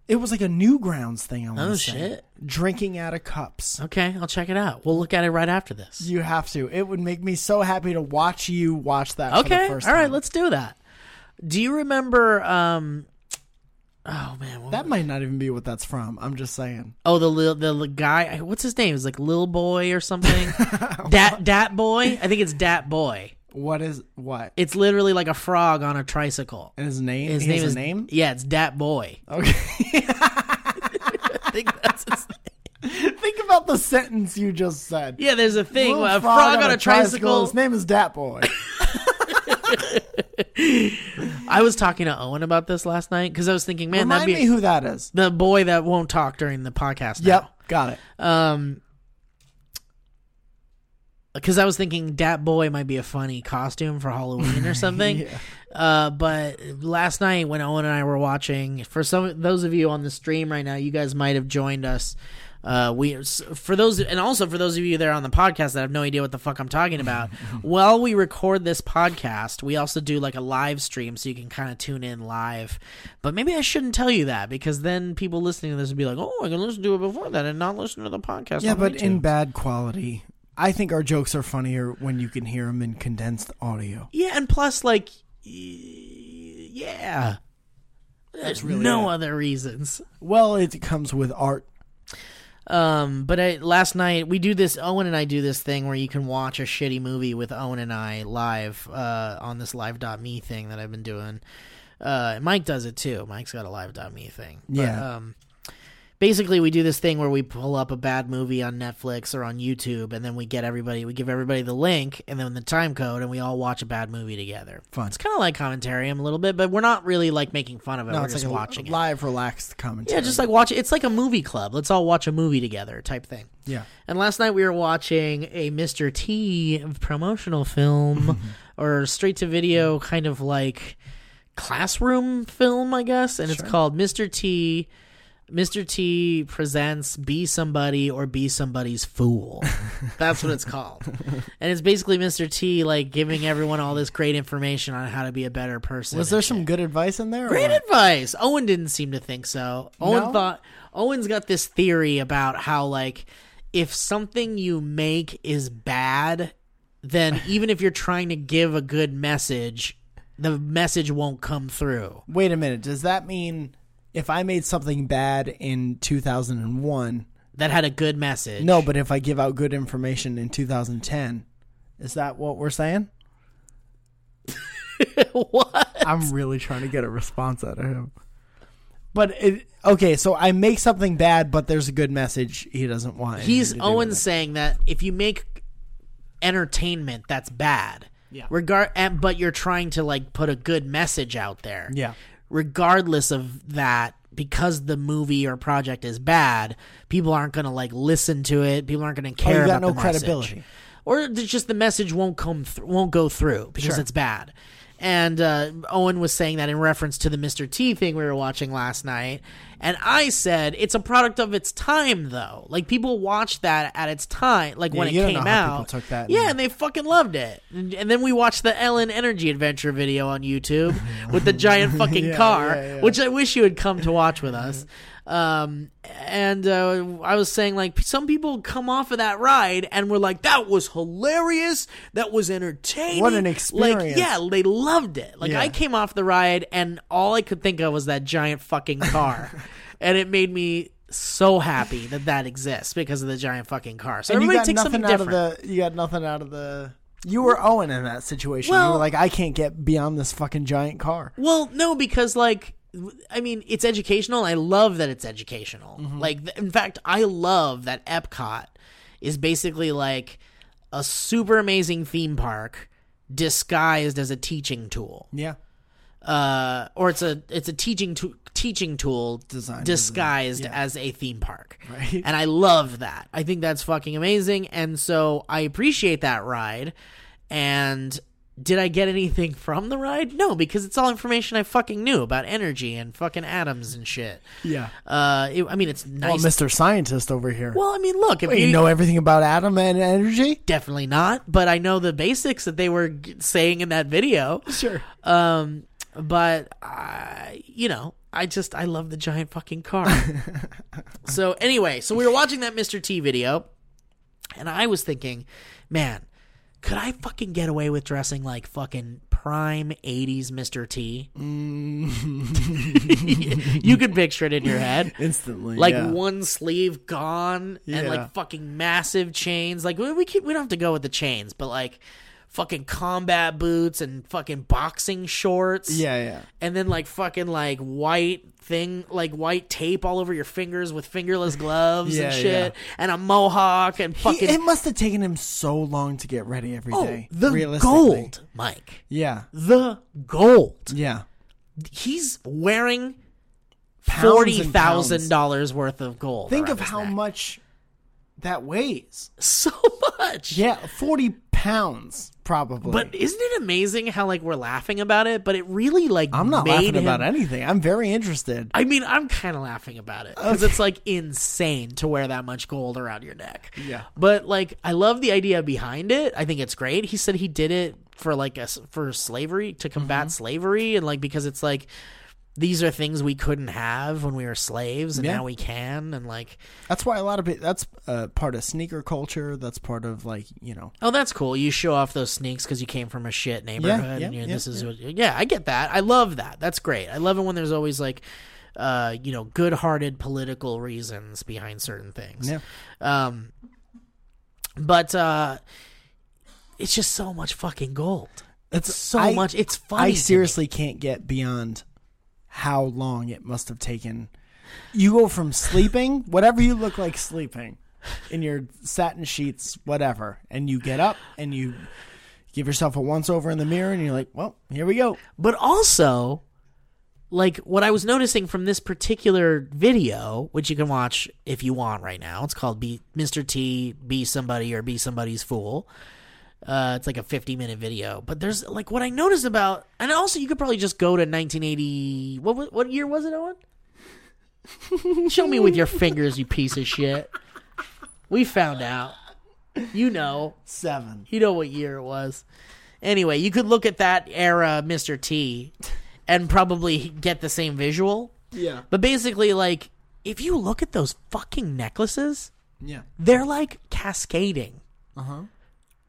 Speaker 3: it was like a Newgrounds thing. I want to
Speaker 2: Oh,
Speaker 3: say.
Speaker 2: shit.
Speaker 3: Drinking out of cups.
Speaker 2: Okay, I'll check it out. We'll look at it right after this.
Speaker 3: You have to. It would make me so happy to watch you watch that. for the
Speaker 2: Okay, all
Speaker 3: first
Speaker 2: right,
Speaker 3: time.
Speaker 2: let's do that. Do you remember? um Oh man, what-
Speaker 3: That might not even be what that's from. I'm just saying.
Speaker 2: oh the lil, the, li- guy. What's his name? It's like Lil Boy or something. Dat Dat Boy. I think it's Dat Boy.
Speaker 3: What is what?
Speaker 2: It's literally like a frog on a tricycle.
Speaker 3: And his name.
Speaker 2: His
Speaker 3: he has
Speaker 2: name
Speaker 3: a
Speaker 2: is E-
Speaker 3: name.
Speaker 2: Yeah, it's Dat Boy.
Speaker 3: Okay.
Speaker 2: I think that's his name.
Speaker 3: Think about the sentence you just said.
Speaker 2: Yeah, there's a thing.
Speaker 3: Little
Speaker 2: a frog, on, a tricycle.
Speaker 3: His name is Dat Boy.
Speaker 2: I was talking to Owen about this last night because I was thinking, man,
Speaker 3: Remind
Speaker 2: that'd be
Speaker 3: me who that is.
Speaker 2: the boy that won't talk during the podcast. now.
Speaker 3: Yep, got it.
Speaker 2: Um, because I was thinking Dat Boy might be a funny costume for Halloween or something. Uh, but last night when Owen and I were watching, for some those of you on the stream right now, you guys might have joined us. Uh, we s- for those and also for those of you there on the podcast that have no idea what the fuck I'm talking about. while we record this podcast, we also do like a live stream, so you can kind of tune in live. But maybe I shouldn't tell you that because then people listening to this would be like, "Oh, I can listen to it before that and not listen to the podcast."
Speaker 3: Yeah,
Speaker 2: on
Speaker 3: but
Speaker 2: YouTube."
Speaker 3: in bad quality. I think our jokes are funnier when you can hear them in condensed audio.
Speaker 2: Yeah, and plus, like, y- yeah, there's no other reasons.
Speaker 3: Well, it comes with art.
Speaker 2: Um, but I, last night we do this. Owen and I do this thing where you can watch a shitty movie with Owen and I live uh, on this live.me thing that I've been doing. Uh, and Mike does it too. Mike's got a live.me thing. But,
Speaker 3: Yeah.
Speaker 2: Um, basically, we do this thing where we pull up a bad movie on Netflix or on YouTube, and then we get everybody, we give everybody the link and then the time code, and we all watch a bad movie together.
Speaker 3: Fun.
Speaker 2: It's kind of like commentarium a little bit, but we're not really like making fun of it.
Speaker 3: No,
Speaker 2: we're
Speaker 3: it's
Speaker 2: just
Speaker 3: like a
Speaker 2: watching it.
Speaker 3: live, relaxed commentary.
Speaker 2: Yeah, just like watch It's like a movie club. Let's all watch a movie together type thing.
Speaker 3: yeah.
Speaker 2: And last night we were watching a Mr. T promotional film or straight to video kind of like classroom film, I guess. And it's called Mr. T. Mr. T presents Be Somebody or Be Somebody's Fool. That's what it's called. And it's basically Mr. T like giving everyone all this great information on how to be a better person.
Speaker 3: Was
Speaker 2: and
Speaker 3: there some good advice in there? or
Speaker 2: Great
Speaker 3: what?
Speaker 2: advice. Owen didn't seem to think so. Owen
Speaker 3: No?
Speaker 2: thought Owen's got this theory about how like if something you make is bad, then even if you're trying to give a good message, the message won't come through.
Speaker 3: Wait a minute. Does that mean if I made something bad in 2001?
Speaker 2: That had a good message.
Speaker 3: No, but if I give out good information in 2010, is that what we're saying?
Speaker 2: what?
Speaker 3: I'm really trying to get a response out of him. But it, okay, so I make something bad, but there's a good message he doesn't want. anything to
Speaker 2: He's
Speaker 3: do with
Speaker 2: Owen's
Speaker 3: it.
Speaker 2: saying that if you make entertainment that's bad.
Speaker 3: Yeah.
Speaker 2: Regard and, but you're trying to like put a good message out there.
Speaker 3: Yeah.
Speaker 2: regardless of that because the movie or project is bad people aren't going to like listen to it people aren't going to care
Speaker 3: you got
Speaker 2: about
Speaker 3: no
Speaker 2: the message.
Speaker 3: credibility.
Speaker 2: or it's just the message won't come thr won't go through because it's bad and uh, Owen was saying that in reference to the Mr. T thing we were watching last night. And I said, it's a product of its time, though. Like, people watched that at its time, like when it
Speaker 3: you don't
Speaker 2: came
Speaker 3: know how
Speaker 2: out.
Speaker 3: people took that.
Speaker 2: Yeah, and they fucking loved it. And, and then we watched the Ellen Energy Adventure video on YouTube with the giant fucking car,
Speaker 3: yeah, yeah.
Speaker 2: which I wish you had come to watch with us. Um, and uh, I was saying, like, some people come off of that ride and were like, that was hilarious. That was entertaining.
Speaker 3: What an
Speaker 2: Like,
Speaker 3: experience.
Speaker 2: yeah, they loved it. Like,
Speaker 3: Yeah.
Speaker 2: I came off the ride and all I could think of was that giant fucking car. and it made me so happy that that exists because of the giant fucking car. So
Speaker 3: And you
Speaker 2: everybody
Speaker 3: got
Speaker 2: takes
Speaker 3: nothing
Speaker 2: something
Speaker 3: out
Speaker 2: different.
Speaker 3: of the. You got nothing out of the. You were Owen in that situation. you
Speaker 2: Well-
Speaker 3: were like, I can't get beyond this fucking giant car.
Speaker 2: Well, no, because like I mean, it's educational. I love that it's educational. Like th- in fact, I love that Epcot is basically like a super amazing theme park disguised as a teaching tool.
Speaker 3: Yeah.
Speaker 2: Uh or it's a it's a teaching to- teaching tool
Speaker 3: Designed as a-
Speaker 2: disguised as a theme park.
Speaker 3: Right.
Speaker 2: And I love that. I think that's fucking amazing and so I appreciate that ride and did I get anything from the ride? No, because it's all information I fucking knew about energy and fucking atoms and shit.
Speaker 3: Yeah.
Speaker 2: Uh, it, I mean, it's nice.
Speaker 3: Well, Mr. Scientist over here.
Speaker 2: Well, I mean, look, if
Speaker 3: Wait, you
Speaker 2: you
Speaker 3: know everything about atom and energy?
Speaker 2: definitely not, but I know the basics that they were g- saying in that video.
Speaker 3: Sure.
Speaker 2: Um, but I, you know, I just I love the giant fucking car. so anyway, so we were watching that Mr. T video, and I was thinking, man, could I fucking get away with dressing like fucking prime '80s Mr. T? you could picture it in your head.
Speaker 3: Instantly.
Speaker 2: Like
Speaker 3: yeah.
Speaker 2: one sleeve gone and
Speaker 3: Yeah.
Speaker 2: like fucking massive chains. Like we we, keep, we don't have to go with the chains, but like fucking combat boots and fucking boxing shorts.
Speaker 3: Yeah, yeah.
Speaker 2: And then like fucking like white thing like white tape all over your fingers with fingerless gloves and
Speaker 3: Yeah,
Speaker 2: shit and a mohawk and
Speaker 3: He-
Speaker 2: fucking
Speaker 3: it must have taken him so long to get ready every day.
Speaker 2: Oh, the
Speaker 3: realistically.
Speaker 2: gold, Mike.
Speaker 3: Yeah.
Speaker 2: The gold.
Speaker 3: Yeah.
Speaker 2: He's wearing
Speaker 3: Pounds
Speaker 2: forty
Speaker 3: and
Speaker 2: thousand
Speaker 3: pounds.
Speaker 2: dollars worth of gold.
Speaker 3: Think
Speaker 2: around
Speaker 3: of
Speaker 2: his
Speaker 3: how
Speaker 2: neck.
Speaker 3: much that weighs.
Speaker 2: so much.
Speaker 3: Yeah, 40 pounds probably.
Speaker 2: But isn't it amazing how like we're laughing about it, but it really like
Speaker 3: I'm not
Speaker 2: made
Speaker 3: laughing
Speaker 2: him-
Speaker 3: about anything. I'm very interested.
Speaker 2: I mean, I'm kind of laughing about it because it's like insane to wear that much gold around your neck.
Speaker 3: Yeah.
Speaker 2: but like I love the idea behind it. I think it's great. He said he did it for like a s for slavery to combat
Speaker 3: Mm-hmm.
Speaker 2: slavery and like because it's like these are things we couldn't have when we were slaves and
Speaker 3: Yeah.
Speaker 2: now we can and like
Speaker 3: That's why a lot of people, that's uh, part of sneaker culture. That's part of like, you know,
Speaker 2: Oh, that's cool. You show off those sneaks because you came from a shit neighborhood.
Speaker 3: yeah,
Speaker 2: and you know,
Speaker 3: yeah,
Speaker 2: this is what, yeah, I get that. I love that. That's great. I love it when there's always like, uh, you know, good-hearted political reasons behind certain things.
Speaker 3: Yeah.
Speaker 2: Um, but uh, it's just so much fucking gold.
Speaker 3: it's
Speaker 2: So
Speaker 3: I-
Speaker 2: much. It's funny.
Speaker 3: I
Speaker 2: to me.
Speaker 3: seriously can't get beyond how long it must have taken. You go from sleeping, whatever you look like sleeping, in your satin sheets, whatever, and you get up and you give yourself a once over in the mirror and you're like, well, here we go.
Speaker 2: but also like what i was noticing from this particular video which you can watch if you want right now it's called be mr t be somebody or be somebody's fool uh, it's like a 50 minute video but there's like what i noticed about and also you could probably just go to 1980 what wa- what year was it owen show me with your fingers you piece of shit we found out you know
Speaker 3: Seven.
Speaker 2: you know what year it was. Anyway, you could look at that era Mr. T and probably get the same visual.
Speaker 3: Yeah.
Speaker 2: But basically, like, if you look at those fucking necklaces,
Speaker 3: Yeah.
Speaker 2: they're like cascading. Uh huh.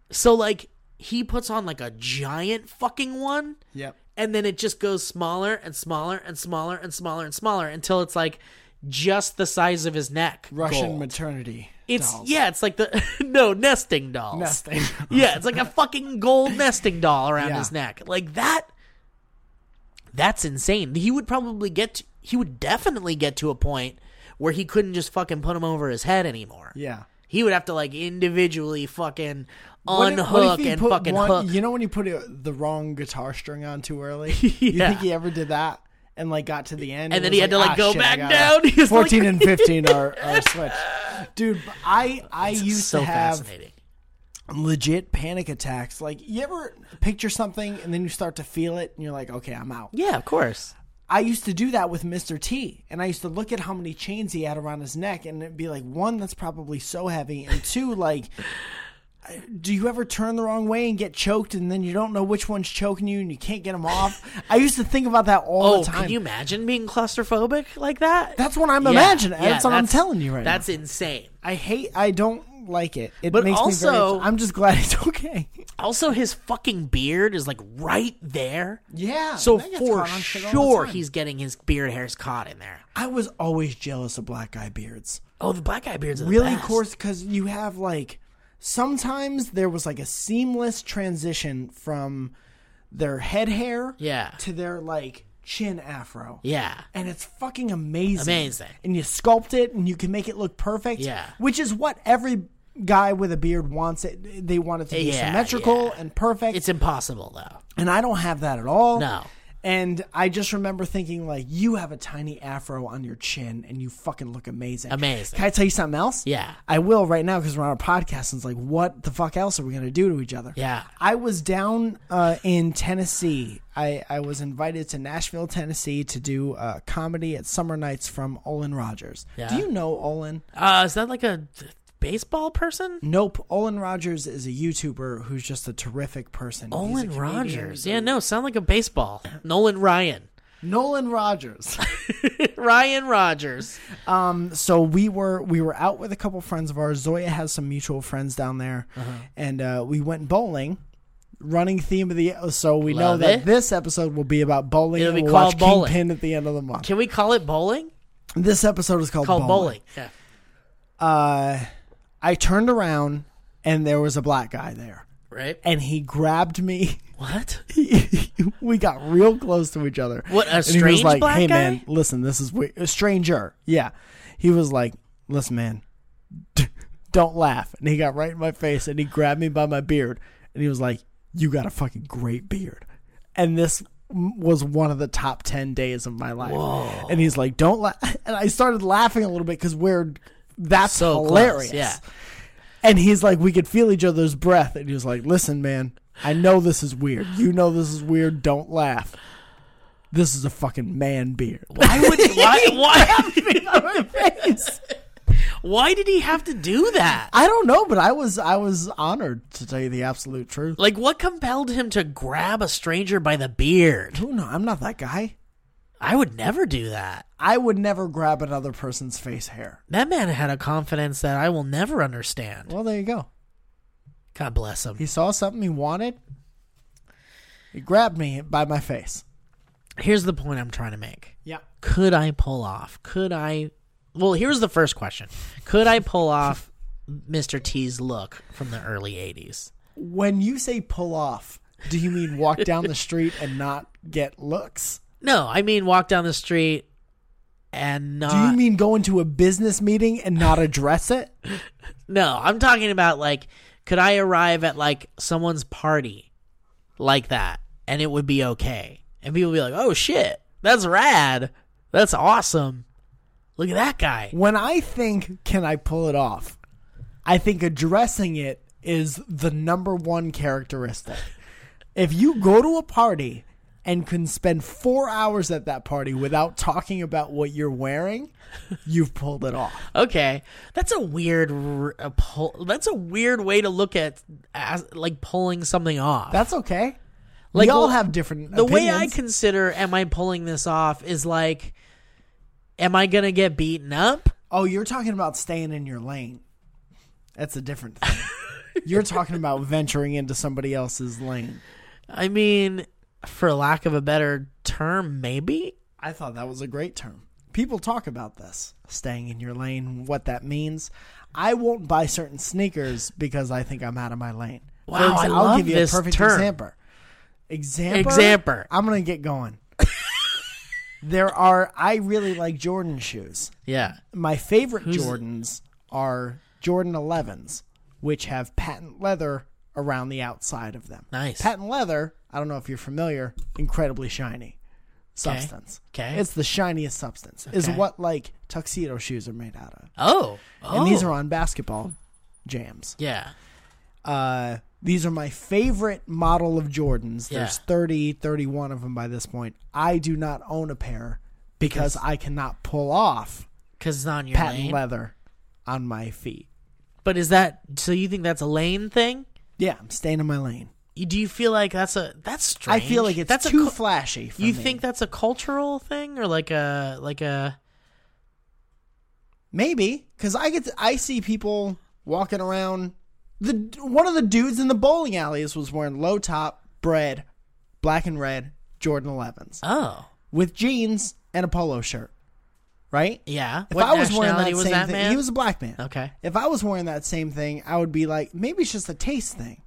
Speaker 2: So, like, he puts on like a giant fucking one,
Speaker 3: Yep.
Speaker 2: and then it just goes smaller and smaller and smaller and smaller and smaller until it's like just the size of his neck.
Speaker 3: Russian
Speaker 2: gold.
Speaker 3: maternity.
Speaker 2: It's,
Speaker 3: dolls.
Speaker 2: yeah, it's like the, no, nesting dolls.
Speaker 3: Nesting.
Speaker 2: Yeah, it's like a fucking gold nesting doll around
Speaker 3: Yeah.
Speaker 2: his neck. Like that that's insane. He would probably get to, he would definitely get to a point where he couldn't just fucking put him over his head anymore.
Speaker 3: yeah.
Speaker 2: He would have to like individually fucking
Speaker 3: What if-
Speaker 2: unhook
Speaker 3: what if he
Speaker 2: and
Speaker 3: put
Speaker 2: fucking
Speaker 3: one-
Speaker 2: hook.
Speaker 3: You know when you put a, the wrong guitar string on too early? You
Speaker 2: Yeah.
Speaker 3: think he ever did that and like got to the end,
Speaker 2: And then
Speaker 3: was
Speaker 2: he had to, like,
Speaker 3: "Ah,
Speaker 2: go
Speaker 3: shit, I
Speaker 2: back
Speaker 3: gotta-
Speaker 2: down." He was like-
Speaker 3: Fourteen and fifteen are, are switched, dude. but I I used
Speaker 2: so
Speaker 3: to have
Speaker 2: fascinating.
Speaker 3: legit panic attacks. Like you ever picture something and then you start to feel it and you're like, okay, I'm out.
Speaker 2: Yeah, of course.
Speaker 3: I used to do that with Mr. T, and I used to look at how many chains he had around his neck, and it'd be like, one, that's probably so heavy, and two, like, do you ever turn the wrong way and get choked and then you don't know which one's choking you and you can't get them off? I used to think about that all
Speaker 2: Oh,
Speaker 3: the time.
Speaker 2: can you imagine being claustrophobic like that?
Speaker 3: That's what I'm imagining. That's what I'm telling you right now.
Speaker 2: That's insane.
Speaker 3: I hate. I don't like it. It
Speaker 2: But
Speaker 3: makes me very.
Speaker 2: also-
Speaker 3: upset. I'm just glad it's okay.
Speaker 2: Also, his fucking beard is like right there.
Speaker 3: Yeah.
Speaker 2: So
Speaker 3: that gets
Speaker 2: for
Speaker 3: caught on shit all the
Speaker 2: sure,
Speaker 3: time.
Speaker 2: he's getting his beard hairs caught in there.
Speaker 3: I was always jealous of black guy beards.
Speaker 2: Oh, the black guy beards are the
Speaker 3: Really
Speaker 2: best.
Speaker 3: coarse because you have like sometimes there was like a seamless transition from their head hair
Speaker 2: Yeah.
Speaker 3: to their like chin afro.
Speaker 2: Yeah.
Speaker 3: And it's fucking amazing.
Speaker 2: Amazing.
Speaker 3: And you sculpt it and you can make it look perfect.
Speaker 2: Yeah.
Speaker 3: Which is what every guy with a beard wants it. They want it to be
Speaker 2: Yeah,
Speaker 3: symmetrical
Speaker 2: yeah.
Speaker 3: and perfect.
Speaker 2: It's impossible though.
Speaker 3: and I don't have that at all.
Speaker 2: No.
Speaker 3: And I just remember thinking, like, you have a tiny afro on your chin, and you fucking look amazing.
Speaker 2: Amazing.
Speaker 3: Can I tell you something else?
Speaker 2: Yeah.
Speaker 3: I will right now because we're on a podcast, and it's like, what the fuck else are we gonna do to each other?
Speaker 2: Yeah.
Speaker 3: I was down uh, in Tennessee. I, I was invited to Nashville, Tennessee, to do uh, comedy at Summer Nights from Olin Rogers.
Speaker 2: Yeah.
Speaker 3: Do you know Olin?
Speaker 2: Uh, is that like a th- baseball person?
Speaker 3: Nope. Olin Rogers is a YouTuber who's just a terrific person. He's a
Speaker 2: Nolan
Speaker 3: comedian.
Speaker 2: Rogers. Yeah, no, sound like a baseball. Nolan Ryan.
Speaker 3: Nolan Rogers.
Speaker 2: Ryan Rogers.
Speaker 3: so we were we were out with a couple friends of ours. Zoya has some mutual friends down there,
Speaker 2: Uh-huh.
Speaker 3: and uh, we went bowling. Running theme of the so we
Speaker 2: Love
Speaker 3: know that
Speaker 2: it.
Speaker 3: this episode will be about bowling.
Speaker 2: It'll
Speaker 3: and
Speaker 2: be
Speaker 3: we'll
Speaker 2: called
Speaker 3: watch
Speaker 2: bowling.
Speaker 3: Kingpin at the end of the month.
Speaker 2: Can we call it bowling?
Speaker 3: This episode is called,
Speaker 2: Called bowling.
Speaker 3: bowling.
Speaker 2: Yeah.
Speaker 3: Uh, I turned around and there was a black guy there,
Speaker 2: Right?
Speaker 3: and he grabbed me.
Speaker 2: What?
Speaker 3: we got real close to each other.
Speaker 2: What, a
Speaker 3: And he was
Speaker 2: strange
Speaker 3: like,
Speaker 2: black
Speaker 3: hey,
Speaker 2: guy?
Speaker 3: man, listen, this is weird. A stranger. Yeah. He was like, listen, man, don't laugh. And he got right in my face and he grabbed me by my beard and he was like, you got a fucking great beard. And this m- was one of the top 10 days of my life. And he's like, don't laugh. And I started laughing a little bit because we're, that's
Speaker 2: So close,
Speaker 3: hilarious.
Speaker 2: yeah.
Speaker 3: And he's like, we could feel each other's breath. And he was like, listen, man, I know this is weird. You know this is weird. Don't laugh. This is a fucking man beard.
Speaker 2: Why would why why, why did he have to do that?
Speaker 3: I don't know, but I was I was honored to tell you the absolute truth.
Speaker 2: Like what compelled him to grab a stranger by the beard?
Speaker 3: Who no, I'm not that guy.
Speaker 2: I would never do that.
Speaker 3: I would never grab another person's face hair.
Speaker 2: That man had a confidence that I will never understand.
Speaker 3: Well, there you go.
Speaker 2: God bless him.
Speaker 3: He saw something he wanted. He grabbed me by my face.
Speaker 2: Here's the point I'm trying to make.
Speaker 3: Yeah.
Speaker 2: could I pull off? Could I? Well, here's the first question: Could I pull off Mr. T's look from the early '80s?
Speaker 3: When you say pull off, do you mean walk down the street and not get looks?
Speaker 2: No, I mean walk down the street and not.
Speaker 3: Do you mean go into a business meeting and not address it?
Speaker 2: no, I'm talking about like, could I arrive at like someone's party like that, and it would be okay, and people would be like, "Oh shit, that's rad, that's awesome, look at that guy."
Speaker 3: When I think, can I pull it off? I think addressing it is the number one characteristic. If you go to a party and can spend four hours at that party without talking about what you're wearing, you've pulled it off.
Speaker 2: Okay, that's a weird. r- A pull, that's a weird way to look at as, like pulling something off.
Speaker 3: That's okay.
Speaker 2: Like,
Speaker 3: we all
Speaker 2: well,
Speaker 3: have different.
Speaker 2: the way I
Speaker 3: opinions.
Speaker 2: consider, am I pulling this off? Is like, am I gonna get beaten up?
Speaker 3: Oh, you're talking about staying in your lane. That's a different thing. you're talking about venturing into somebody else's lane.
Speaker 2: I mean, for lack of a better term, maybe.
Speaker 3: I thought that was a great term. People talk about this, staying in your lane, what that means. I won't buy certain sneakers because I think I'm out of my lane. For
Speaker 2: Wow, I love
Speaker 3: I'll give you
Speaker 2: this
Speaker 3: a perfect
Speaker 2: term.
Speaker 3: example. Example.
Speaker 2: Example.
Speaker 3: I'm gonna get going. there are. I really like Jordan shoes.
Speaker 2: Yeah.
Speaker 3: My favorite Jordans are Jordan 11s, which have patent leather around the outside of them.
Speaker 2: Nice.
Speaker 3: Patent leather, I don't know if you're familiar, incredibly shiny substance.
Speaker 2: Okay.
Speaker 3: It's the shiniest substance, is
Speaker 2: Okay.
Speaker 3: what like tuxedo shoes are made out of.
Speaker 2: Oh. Oh.
Speaker 3: And these are on basketball jams.
Speaker 2: Yeah.
Speaker 3: Uh, these are my favorite model of Jordans.
Speaker 2: Yeah.
Speaker 3: There's 30, 31 of them by this point. I do not own a pair because I cannot pull off
Speaker 2: Because it's not in your
Speaker 3: patent
Speaker 2: lane.
Speaker 3: leather on my feet.
Speaker 2: But is that so? You think that's a lame thing?
Speaker 3: Yeah, I'm staying in my lane.
Speaker 2: You- Do you feel like that's a that's
Speaker 3: I
Speaker 2: strange?
Speaker 3: feel like it's
Speaker 2: that's
Speaker 3: too
Speaker 2: a cul-
Speaker 3: flashy. For
Speaker 2: you
Speaker 3: me.
Speaker 2: think that's a cultural thing or like a like a
Speaker 3: Maybe because I get to, I see people walking around. The one of the dudes in the bowling alleys was wearing low top, bread, black and red Jordan 11s
Speaker 2: oh
Speaker 3: with jeans and a polo shirt. Right?
Speaker 2: yeah?
Speaker 3: If
Speaker 2: what
Speaker 3: I was wearing
Speaker 2: nationality
Speaker 3: that
Speaker 2: was
Speaker 3: same
Speaker 2: that
Speaker 3: thing,
Speaker 2: man?
Speaker 3: he was a black man.
Speaker 2: okay.
Speaker 3: If I was wearing that same thing, I would be like, maybe it's just a taste thing.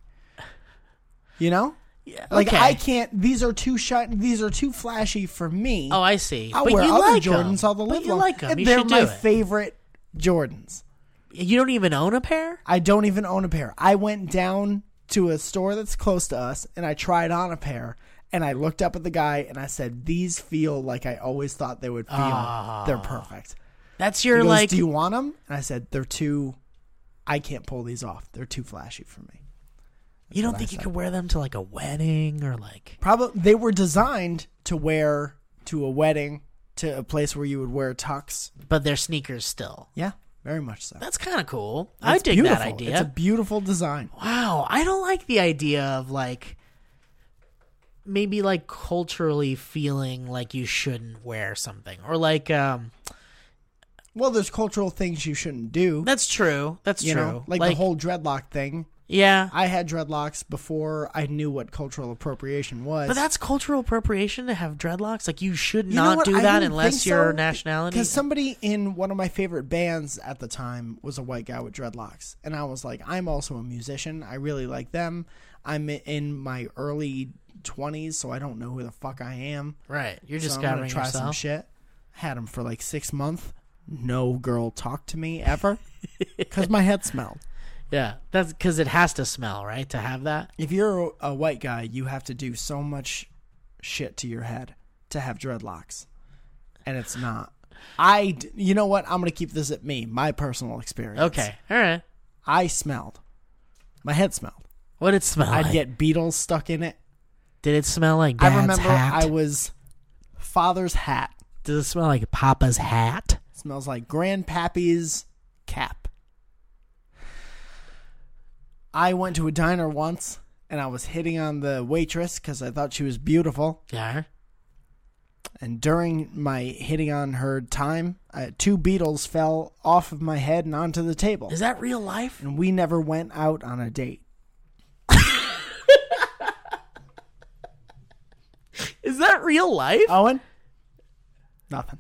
Speaker 3: You know?
Speaker 2: Yeah,
Speaker 3: Like
Speaker 2: okay.
Speaker 3: I can't. These are too shut. These are too flashy for me.
Speaker 2: Oh, I see.
Speaker 3: I
Speaker 2: but
Speaker 3: wear
Speaker 2: you
Speaker 3: other
Speaker 2: like 'em.
Speaker 3: Jordans all the live
Speaker 2: but you
Speaker 3: long.
Speaker 2: like them.
Speaker 3: and
Speaker 2: You
Speaker 3: They're
Speaker 2: should do
Speaker 3: my
Speaker 2: it.
Speaker 3: favorite Jordans.
Speaker 2: you don't even own a pair.
Speaker 3: I don't even own a pair. I went down to a store that's close to us and I tried on a pair and I looked up at the guy and I said, "These feel like I always thought they would feel. They're perfect."
Speaker 2: That's
Speaker 3: He
Speaker 2: your
Speaker 3: goes,
Speaker 2: Ah. like.
Speaker 3: "Do you want them?" And I said, "They're too. I can't pull these off. They're too flashy for me."
Speaker 2: you don't think you could wear them to like a wedding or like
Speaker 3: Probably they were designed to wear to a wedding, to a place where you would wear tux.
Speaker 2: but they're sneakers still.
Speaker 3: Yeah, very much so.
Speaker 2: That's kind of cool. I
Speaker 3: It's
Speaker 2: dig that
Speaker 3: beautiful.
Speaker 2: idea.
Speaker 3: It's a beautiful design.
Speaker 2: wow, I don't like the idea of like maybe like culturally feeling like you shouldn't wear something or like um
Speaker 3: Well, there's cultural things you shouldn't do.
Speaker 2: that's true. That's
Speaker 3: you
Speaker 2: true.
Speaker 3: know, like, the whole dreadlock thing.
Speaker 2: yeah.
Speaker 3: I had dreadlocks before I knew what cultural appropriation was.
Speaker 2: but that's cultural appropriation to have dreadlocks. Like you should
Speaker 3: You know
Speaker 2: not
Speaker 3: what?
Speaker 2: do
Speaker 3: I
Speaker 2: that
Speaker 3: didn't
Speaker 2: unless
Speaker 3: think
Speaker 2: your
Speaker 3: so,
Speaker 2: nationality.
Speaker 3: Because somebody in one of my favorite bands at the time was a white guy with dreadlocks, and I was like, I'm also a musician. I really like them. I'm i- in my early 20s, so I don't know who the fuck I am.
Speaker 2: right, you're
Speaker 3: So I'm
Speaker 2: discovering
Speaker 3: gonna try some
Speaker 2: yourself.
Speaker 3: shit. Had them for like six months. No girl talked to me ever because my head smelled.
Speaker 2: Yeah, that's because it has to smell right to have that.
Speaker 3: If you're a white guy, you have to do so much shit to your head to have dreadlocks. And it's not. I, d- you know what? I'm going to keep this at me, my personal experience.
Speaker 2: Okay, all right.
Speaker 3: I smelled. My head smelled.
Speaker 2: What did it smell
Speaker 3: I'd
Speaker 2: like?
Speaker 3: get beetles stuck in it.
Speaker 2: did it smell like Dad's
Speaker 3: I remember
Speaker 2: hat?
Speaker 3: I was father's hat.
Speaker 2: Does it smell like Papa's hat?
Speaker 3: smells like grandpappy's cap. I went to a diner once and I was hitting on the waitress because I thought she was beautiful.
Speaker 2: Yeah.
Speaker 3: And during my hitting on her time, uh, two beetles fell off of my head and onto the table.
Speaker 2: Is that real life?
Speaker 3: And we never went out on a date.
Speaker 2: Is that real life?
Speaker 3: Owen? Nothing.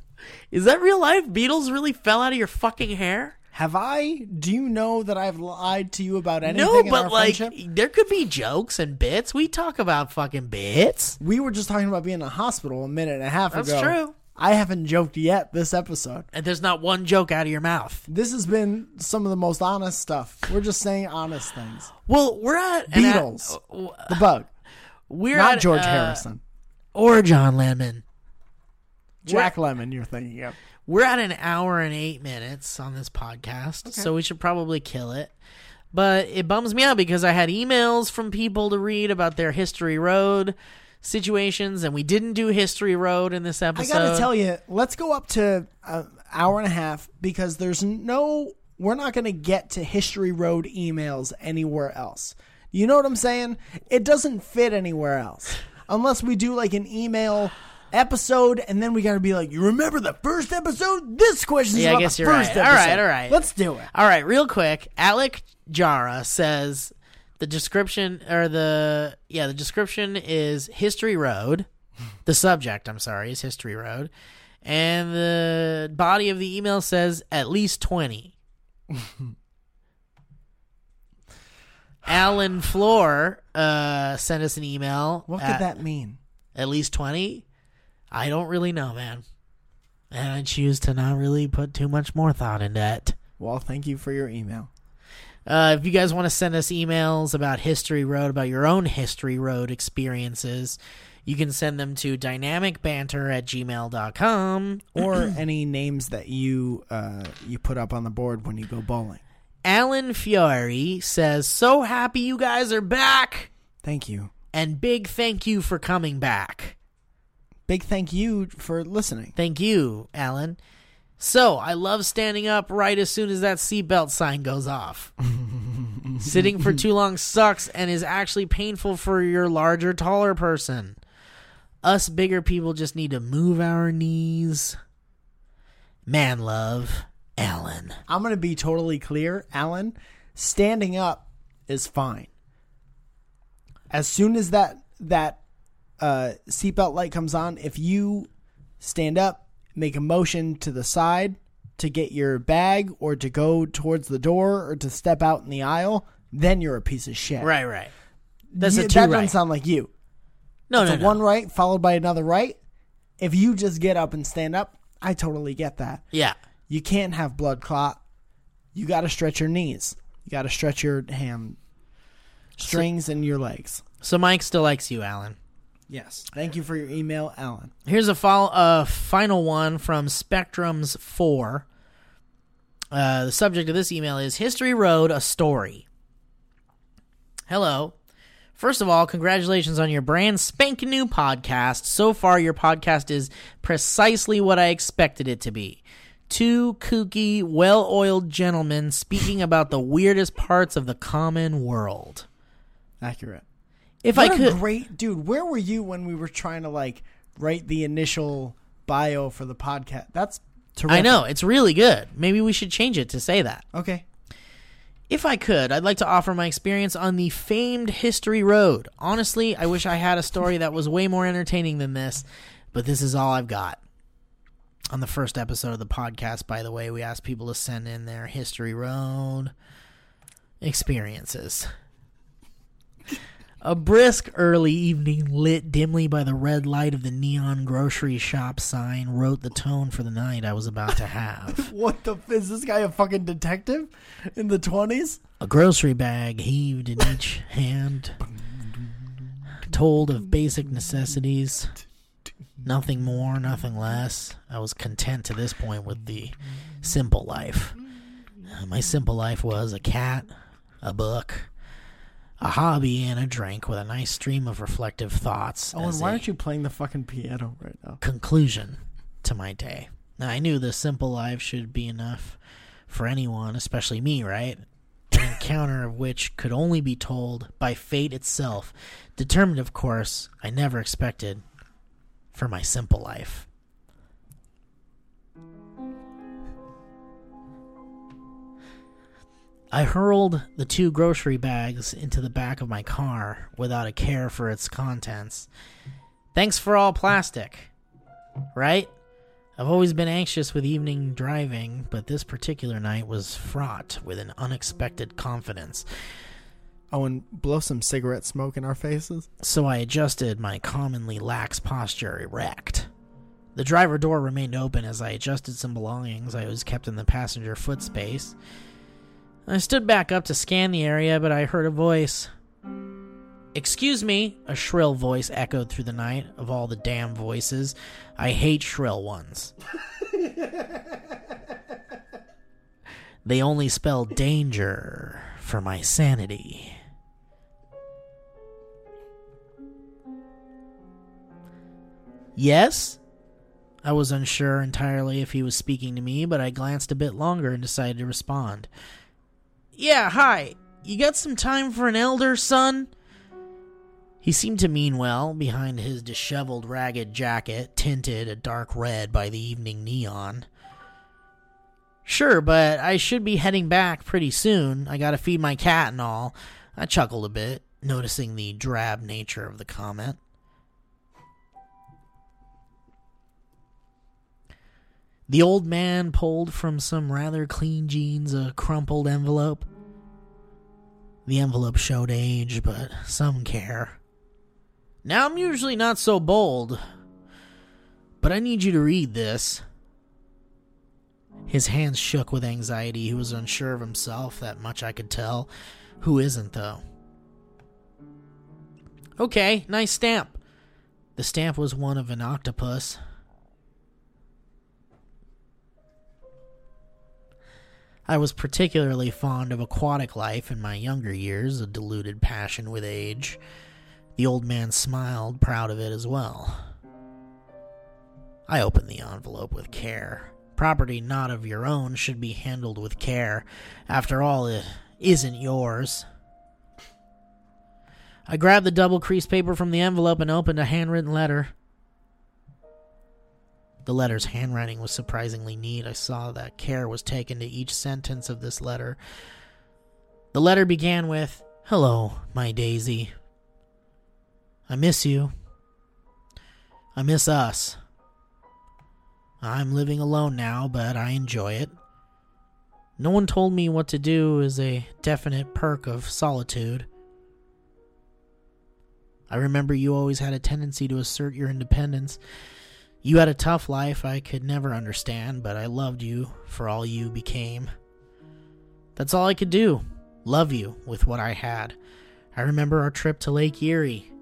Speaker 2: Is that real life? Beetles really fell out of your fucking hair?
Speaker 3: Have I? Do you know that I've lied to you about anything?
Speaker 2: No,
Speaker 3: in our
Speaker 2: but like
Speaker 3: friendship?
Speaker 2: there could be jokes and bits. We talk about fucking bits.
Speaker 3: we were just talking about being in a hospital a minute and a half
Speaker 2: That's
Speaker 3: ago.
Speaker 2: true.
Speaker 3: I haven't joked yet this episode.
Speaker 2: And there's not one joke out of your mouth.
Speaker 3: This has been some of the most honest stuff. We're just saying honest things.
Speaker 2: Well, we're at an-
Speaker 3: Beatles.
Speaker 2: w-
Speaker 3: The bug,
Speaker 2: we're
Speaker 3: not
Speaker 2: at,
Speaker 3: George
Speaker 2: uh,
Speaker 3: Harrison.
Speaker 2: or John Lennon.
Speaker 3: Jack Lemon, you're thinking of.
Speaker 2: We're at an hour and eight minutes on this podcast, so we should probably kill it. But it bums me out because I had emails from people to read about their History Road situations, and we didn't do History Road in this
Speaker 3: I
Speaker 2: episode.
Speaker 3: gotta tell you, let's go up to an hour and a half because there's no, we're not gonna get to History Road emails anywhere else. You know what I'm saying? It doesn't fit anywhere else unless we do like an email episode and then we gotta be like, you remember the first episode? This question's
Speaker 2: Yeah, I
Speaker 3: about
Speaker 2: guess
Speaker 3: the
Speaker 2: you're
Speaker 3: first
Speaker 2: right.
Speaker 3: episode.
Speaker 2: All right, all right.
Speaker 3: Let's do it.
Speaker 2: All right, real quick. Alec Jara says the description or the yeah, the description is History Road. The subject, I'm sorry, is History Road. And the body of the email says at least 20. Alan Floor uh, sent us an email.
Speaker 3: What
Speaker 2: at-
Speaker 3: could that mean?
Speaker 2: At least 20? I don't really know, man. And I choose to not really put too much more thought into it.
Speaker 3: Well, thank you for your email.
Speaker 2: Uh, if you guys want to send us emails about History Road, about your own History Road experiences, you can send them to dynamicbanter at gmail.com.
Speaker 3: Or any names that you uh, you put up on the board when you go bowling.
Speaker 2: Alan Fiore says, So happy you guys are back!
Speaker 3: Thank you.
Speaker 2: And big thank you for coming back.
Speaker 3: Big thank you for listening.
Speaker 2: Thank you, Alan. So I love standing up right as soon as that seatbelt sign goes off. Sitting for too long sucks and is actually painful for your larger, taller person. Us bigger people just need to move our knees. Man love, Alan.
Speaker 3: I'm going to be totally clear, Alan. Standing up is fine. As soon as that that uh, seatbelt light comes on, if you stand up, make a motion to the side to get your bag or to go towards the door or to step out in the aisle, then you're a piece of shit.
Speaker 2: Right, right. That's a
Speaker 3: You-
Speaker 2: two
Speaker 3: that doesn't
Speaker 2: right.
Speaker 3: sound like you.
Speaker 2: no,
Speaker 3: It's
Speaker 2: no,
Speaker 3: a
Speaker 2: no.
Speaker 3: one right followed by another right. If you just get up and stand up, I totally get that.
Speaker 2: Yeah.
Speaker 3: You can't have blood clot. You got to stretch your knees. You got to stretch your ham strings and your legs.
Speaker 2: So Mike still likes you, Alan.
Speaker 3: Yes. Thank you for your email, Alan.
Speaker 2: Here's a fol- uh, final one from Spectrums 4. Uh, the subject of this email is History Road, a story. Hello. First of all, congratulations on your brand spank new podcast. So far, your podcast is precisely what I expected it to be. Two kooky, well oiled gentlemen speaking about the weirdest parts of the common world.
Speaker 3: Accurate.
Speaker 2: If
Speaker 3: What
Speaker 2: I
Speaker 3: a
Speaker 2: could.
Speaker 3: great dude. Where were you when we were trying to like write the initial bio for the podcast? That's terrific.
Speaker 2: I know, it's really good. Maybe we should change it to say that.
Speaker 3: Okay.
Speaker 2: If I could, I'd like to offer my experience on the famed History Road. Honestly, I wish I had a story that was way more entertaining than this, but this is all I've got. On the first episode of the podcast, by the way, we asked people to send in their History Road experiences. A brisk early evening, lit dimly by the red light of the neon grocery shop sign, wrote the tone for the night I was about to have.
Speaker 3: What the f- is this guy a fucking detective in the 20s?
Speaker 2: A grocery bag heaved in each hand, told of basic necessities. Nothing more, nothing less. I was content to this point with the simple life. Uh, My simple life was a cat, a book, a hobby, and a drink with a nice stream of reflective thoughts.
Speaker 3: Owen,
Speaker 2: as
Speaker 3: why
Speaker 2: a-
Speaker 3: aren't you playing the fucking piano right now?
Speaker 2: conclusion to my day. Now, I knew the simple life should be enough for anyone, especially me, right? An encounter of which could only be told by fate itself, determined, of course, I never expected for my simple life. I hurled the two grocery bags into the back of my car without a care for its contents. Thanks for all plastic. Right? I've always been anxious with evening driving, but this particular night was fraught with an unexpected confidence.
Speaker 3: Owen, blow some cigarette smoke in our faces.
Speaker 2: so I adjusted my commonly lax posture erect. The driver door remained open as I adjusted some belongings I was kept in the passenger foot space. I stood back up to scan the area, but I heard a voice. Excuse me, a shrill voice echoed through the night of all the damn voices. I hate shrill ones. they only spell danger for my sanity. Yes? I was unsure entirely if he was speaking to me, but I glanced a bit longer and decided to respond. Yeah, hi. You got some time for an elder, son? He seemed to mean well behind his disheveled, ragged jacket, tinted a dark red by the evening neon. Sure, but I should be heading back pretty soon. I gotta feed my cat and all. I chuckled a bit, noticing the drab nature of the comment. The old man pulled from some rather clean jeans a crumpled envelope. The envelope showed age, but some care. Now I'm usually not so bold, but I need you to read this. His hands shook with anxiety. He was unsure of himself, that much I could tell. Who isn't, though? Okay, nice stamp. The stamp was one of an octopus, I was particularly fond of aquatic life in my younger years, a diluted passion with age. The old man smiled, proud of it as well. I opened the envelope with care, Property not of your own should be handled with care. After all, it isn't yours. I grabbed the double creased paper from the envelope and opened a handwritten letter. The letter's handwriting was surprisingly neat. I saw that care was taken to each sentence of this letter. The letter began with Hello, my Daisy. I miss you. I miss us. I'm living alone now, but I enjoy it. No one told me what to do is a definite perk of solitude. I remember you always had a tendency to assert your independence. You had a tough life I could never understand, but I loved you for all you became. That's all I could do love you with what I had. I remember our trip to Lake Erie.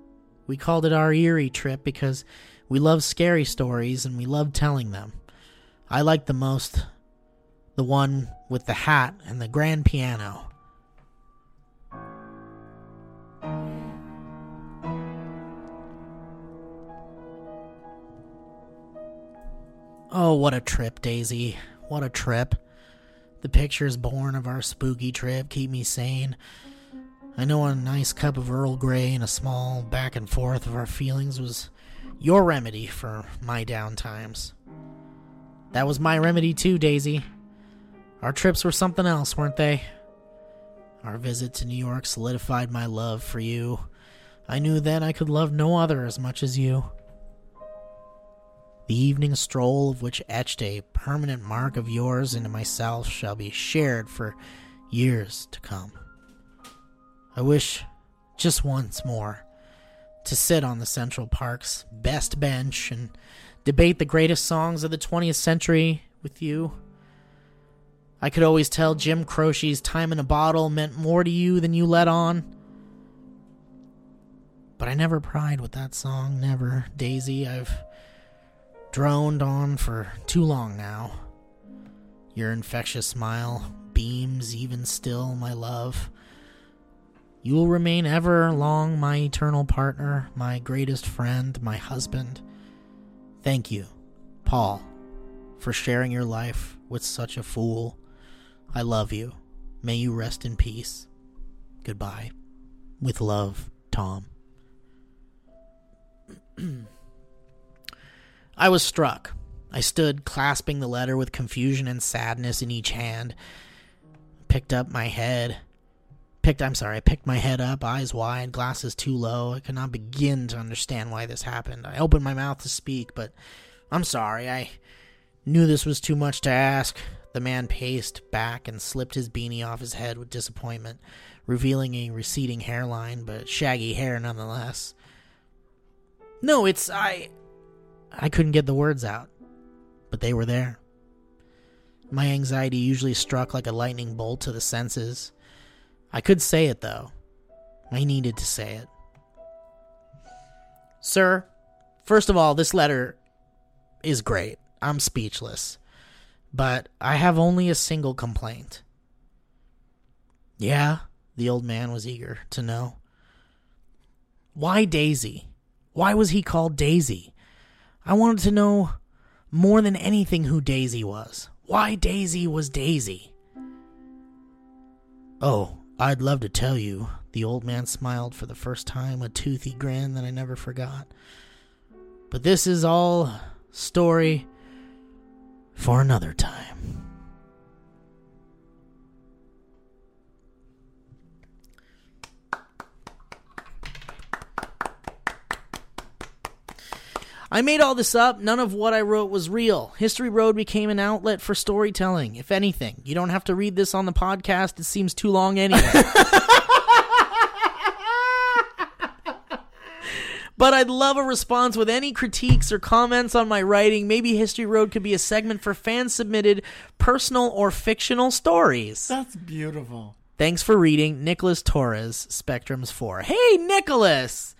Speaker 2: We called it our Erie trip because we love scary stories and we love telling them. I liked the most the one with the hat and the grand piano. Oh, what a trip, Daisy. What a trip. The pictures born of our spooky trip keep me sane. I know a nice cup of Earl Grey and a small back and forth of our feelings was your remedy for my down times. That was my remedy too, Daisy. Our trips were something else, weren't they? Our visit to New York solidified my love for you. I knew then I could love no other as much as you. The evening stroll of which etched a permanent mark of yours into myself shall be shared for years to come. I wish just once more to sit on the Central Park's best bench and debate the greatest songs of the 20th century with you. I could always tell Jim Croce's Time in a Bottle meant more to you than you let on. But I never pried with that song, never, Daisy. I've droned on for too long now. Your infectious smile beams even still, my love. You will remain ever long my eternal partner, my greatest friend, my husband. Thank you, Paul, for sharing your life with such a fool. I love you. May you rest in peace. Goodbye. With love, Tom. I was struck. I stood clasping the letter with confusion and sadness in each hand. Picked up my head. Picked, I'm sorry, I picked my head up, eyes wide, glasses too low. I could not begin to understand why this happened. I opened my mouth to speak, but I'm sorry. I knew this was too much to ask. The man paced back and slipped his beanie off his head with disappointment, revealing a receding hairline, but shaggy hair nonetheless. No, it's. I. I couldn't get the words out, but they were there. My anxiety usually struck like a lightning bolt to the senses. I could say it, though. I needed to say it. Sir, first of all, this letter is great. I'm speechless. But I have only a single complaint. Yeah, the old man was eager to know. Why Daisy? Why was he called Daisy? I wanted to know more than anything who Daisy was. Why Daisy was Daisy? Oh, I'd love to tell you. The old man smiled for the first time, a toothy grin that I never forgot. But this is all story for another time. I made all this up. None of what I wrote was real. History Road became an outlet for storytelling. If anything, you don't have to read this on the podcast. It seems too long anyway. but I'd love a response with any critiques or comments on my writing. Maybe History Road could be a segment for fan submitted personal or fictional stories.
Speaker 4: That's beautiful.
Speaker 2: Thanks for reading Nicholas Torres, Spectrums 4. Hey, Nicholas!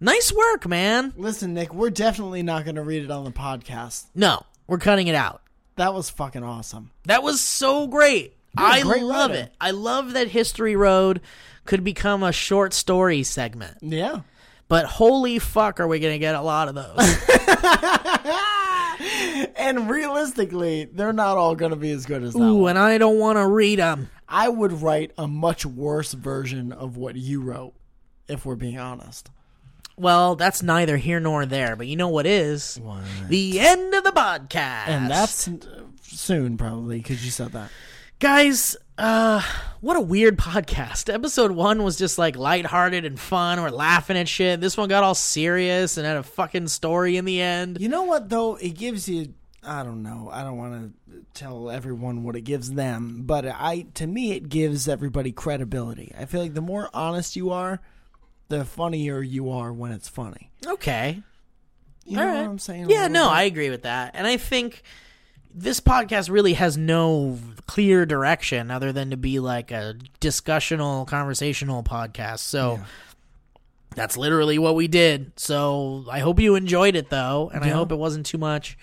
Speaker 2: Nice work, man.
Speaker 4: Listen, Nick, we're definitely not going to read it on the podcast.
Speaker 2: No, we're cutting it out.
Speaker 4: That was fucking awesome.
Speaker 2: That was so great. I
Speaker 4: great
Speaker 2: love
Speaker 4: writer.
Speaker 2: it. I love that History Road could become a short story segment.
Speaker 4: Yeah.
Speaker 2: But holy fuck, are we going to get a lot of those?
Speaker 3: and realistically, they're not all going to be as good as that.
Speaker 2: Ooh,
Speaker 3: one.
Speaker 2: and I don't want to read them.
Speaker 3: I would write a much worse version of what you wrote, if we're being honest.
Speaker 2: Well, that's neither here nor there, but you know what is? The end of the podcast.
Speaker 3: And that's uh, soon, probably, because you said that.
Speaker 2: guys uh what a weird podcast episode one was just like lighthearted and fun we're laughing at shit this one got all serious and had a fucking story in the end
Speaker 3: You know what though? It gives you I don't know. I don't want to tell everyone what it gives them, but I to me it gives everybody credibility. I feel like the more honest you are, the funnier you are when it's funny.
Speaker 2: okay
Speaker 3: You know what I'm saying? a
Speaker 2: yeah
Speaker 3: little
Speaker 2: no
Speaker 3: bit?
Speaker 2: i agree with that and i think this podcast really has no clear direction other than to be like a discussional conversational podcast so that's literally what we did so i hope you enjoyed it though and i hope it wasn't too much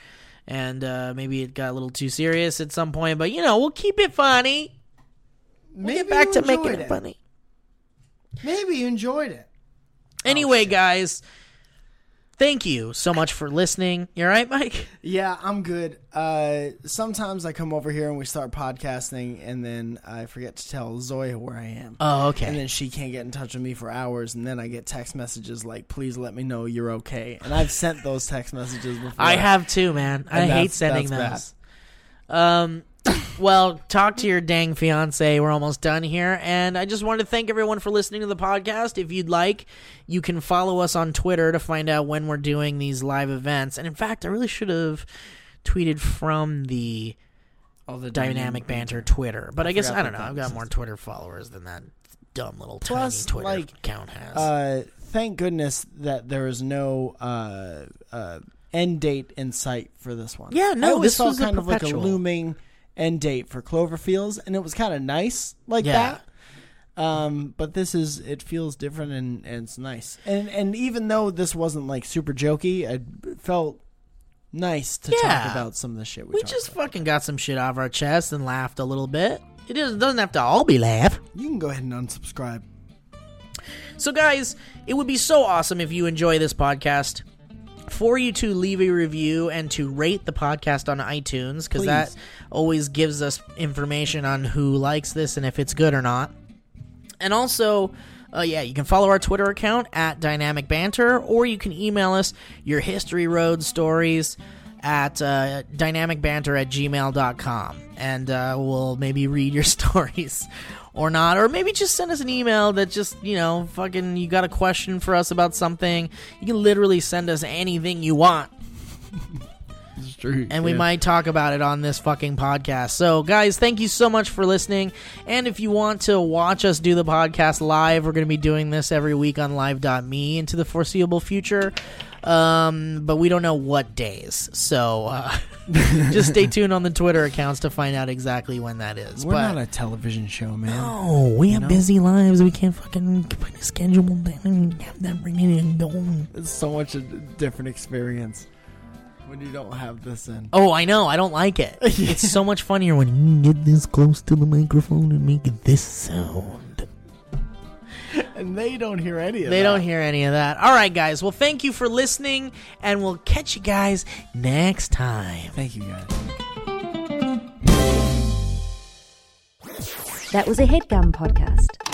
Speaker 2: and uh, maybe it got a little too serious at some point but you know we'll keep it funny we'll
Speaker 3: Maybe
Speaker 2: get back
Speaker 3: you
Speaker 2: to making
Speaker 3: enjoyed
Speaker 2: it funny
Speaker 3: Maybe you enjoyed it. Oh,
Speaker 2: anyway guys thank you so much for listening you all right mike
Speaker 3: Yeah, I'm good. Uh, sometimes I come over here and we start podcasting, and then I forget to tell Zoya where I am.
Speaker 2: oh okay
Speaker 3: And then she can't get in touch with me for hours, and then I get text messages like, "Please let me know you're okay." And I've sent those text messages before.
Speaker 2: I have too, man. I
Speaker 3: And
Speaker 2: hate
Speaker 3: that's-
Speaker 2: sending
Speaker 3: that's
Speaker 2: those. Um, well, talk to your dang fiance. We're almost done here, and I just wanted to thank everyone for listening to the podcast. If you'd like, you can follow us on Twitter to find out when we're doing these live events. And in fact, I really should have tweeted from the
Speaker 3: All the
Speaker 2: dynamic banter Twitter, but I, guess
Speaker 3: forgot
Speaker 2: I don't
Speaker 3: that
Speaker 2: know.
Speaker 3: that
Speaker 2: I've got
Speaker 3: exists.
Speaker 2: more Twitter followers than that dumb little
Speaker 3: Plus,
Speaker 2: tiny Twitter
Speaker 3: like,
Speaker 2: account has.
Speaker 3: Uh, thank goodness that there is no uh, uh, end date in sight for this one.
Speaker 2: Yeah, no,
Speaker 3: I always
Speaker 2: this
Speaker 3: saw
Speaker 2: was a
Speaker 3: kind of like a
Speaker 2: perpetual.
Speaker 3: looming end date for Cloverfields, and it was kind of nice like
Speaker 2: Yeah.
Speaker 3: that. Um, but this is it feels different and, and it's nice. And and even though this wasn't like super jokey, it felt nice to
Speaker 2: Yeah.
Speaker 3: talk about some of the shit we,
Speaker 2: we
Speaker 3: talked
Speaker 2: just
Speaker 3: about.
Speaker 2: fucking got some shit off our chest and laughed a little bit. It is- doesn't have to all be laugh.
Speaker 3: You can go ahead and unsubscribe.
Speaker 2: So, guys, it would be so awesome if you enjoy this podcast for you to leave a review and to rate the podcast on iTunes because
Speaker 3: Please.
Speaker 2: that always gives us information on who likes this and if it's good or not. And also, uh, yeah, you can follow our Twitter account at Dynamic Banter, or you can email us your History Road stories at uh, dynamicbanter at gmail.com. And uh, we'll maybe read your stories or not. Or maybe just send us an email that just, you know, fucking, you got a question for us about something. You can literally send us anything you want and we might talk about it on this fucking podcast. So, guys, thank you so much for listening. And if you want to watch us do the podcast live, we're going to be doing this every week on live.me into the foreseeable future. Um, but we don't know what days. So, uh, just stay tuned on the Twitter accounts to find out exactly when that is.
Speaker 3: We're
Speaker 2: but
Speaker 3: not a television show, man.
Speaker 2: Oh, we have busy lives. We can't fucking put a schedule down and have that ringing going.
Speaker 3: It's so much a different experience when you don't have this in.
Speaker 2: Oh, I know. I don't like it. It's so much funnier when you get this close to the microphone and make this sound.
Speaker 3: And they don't hear any of
Speaker 2: They
Speaker 3: that.
Speaker 2: don't hear any of that. All right, guys. Well, thank you for listening, and we'll catch you guys next time.
Speaker 3: Thank you, guys.
Speaker 1: That was a headgum podcast.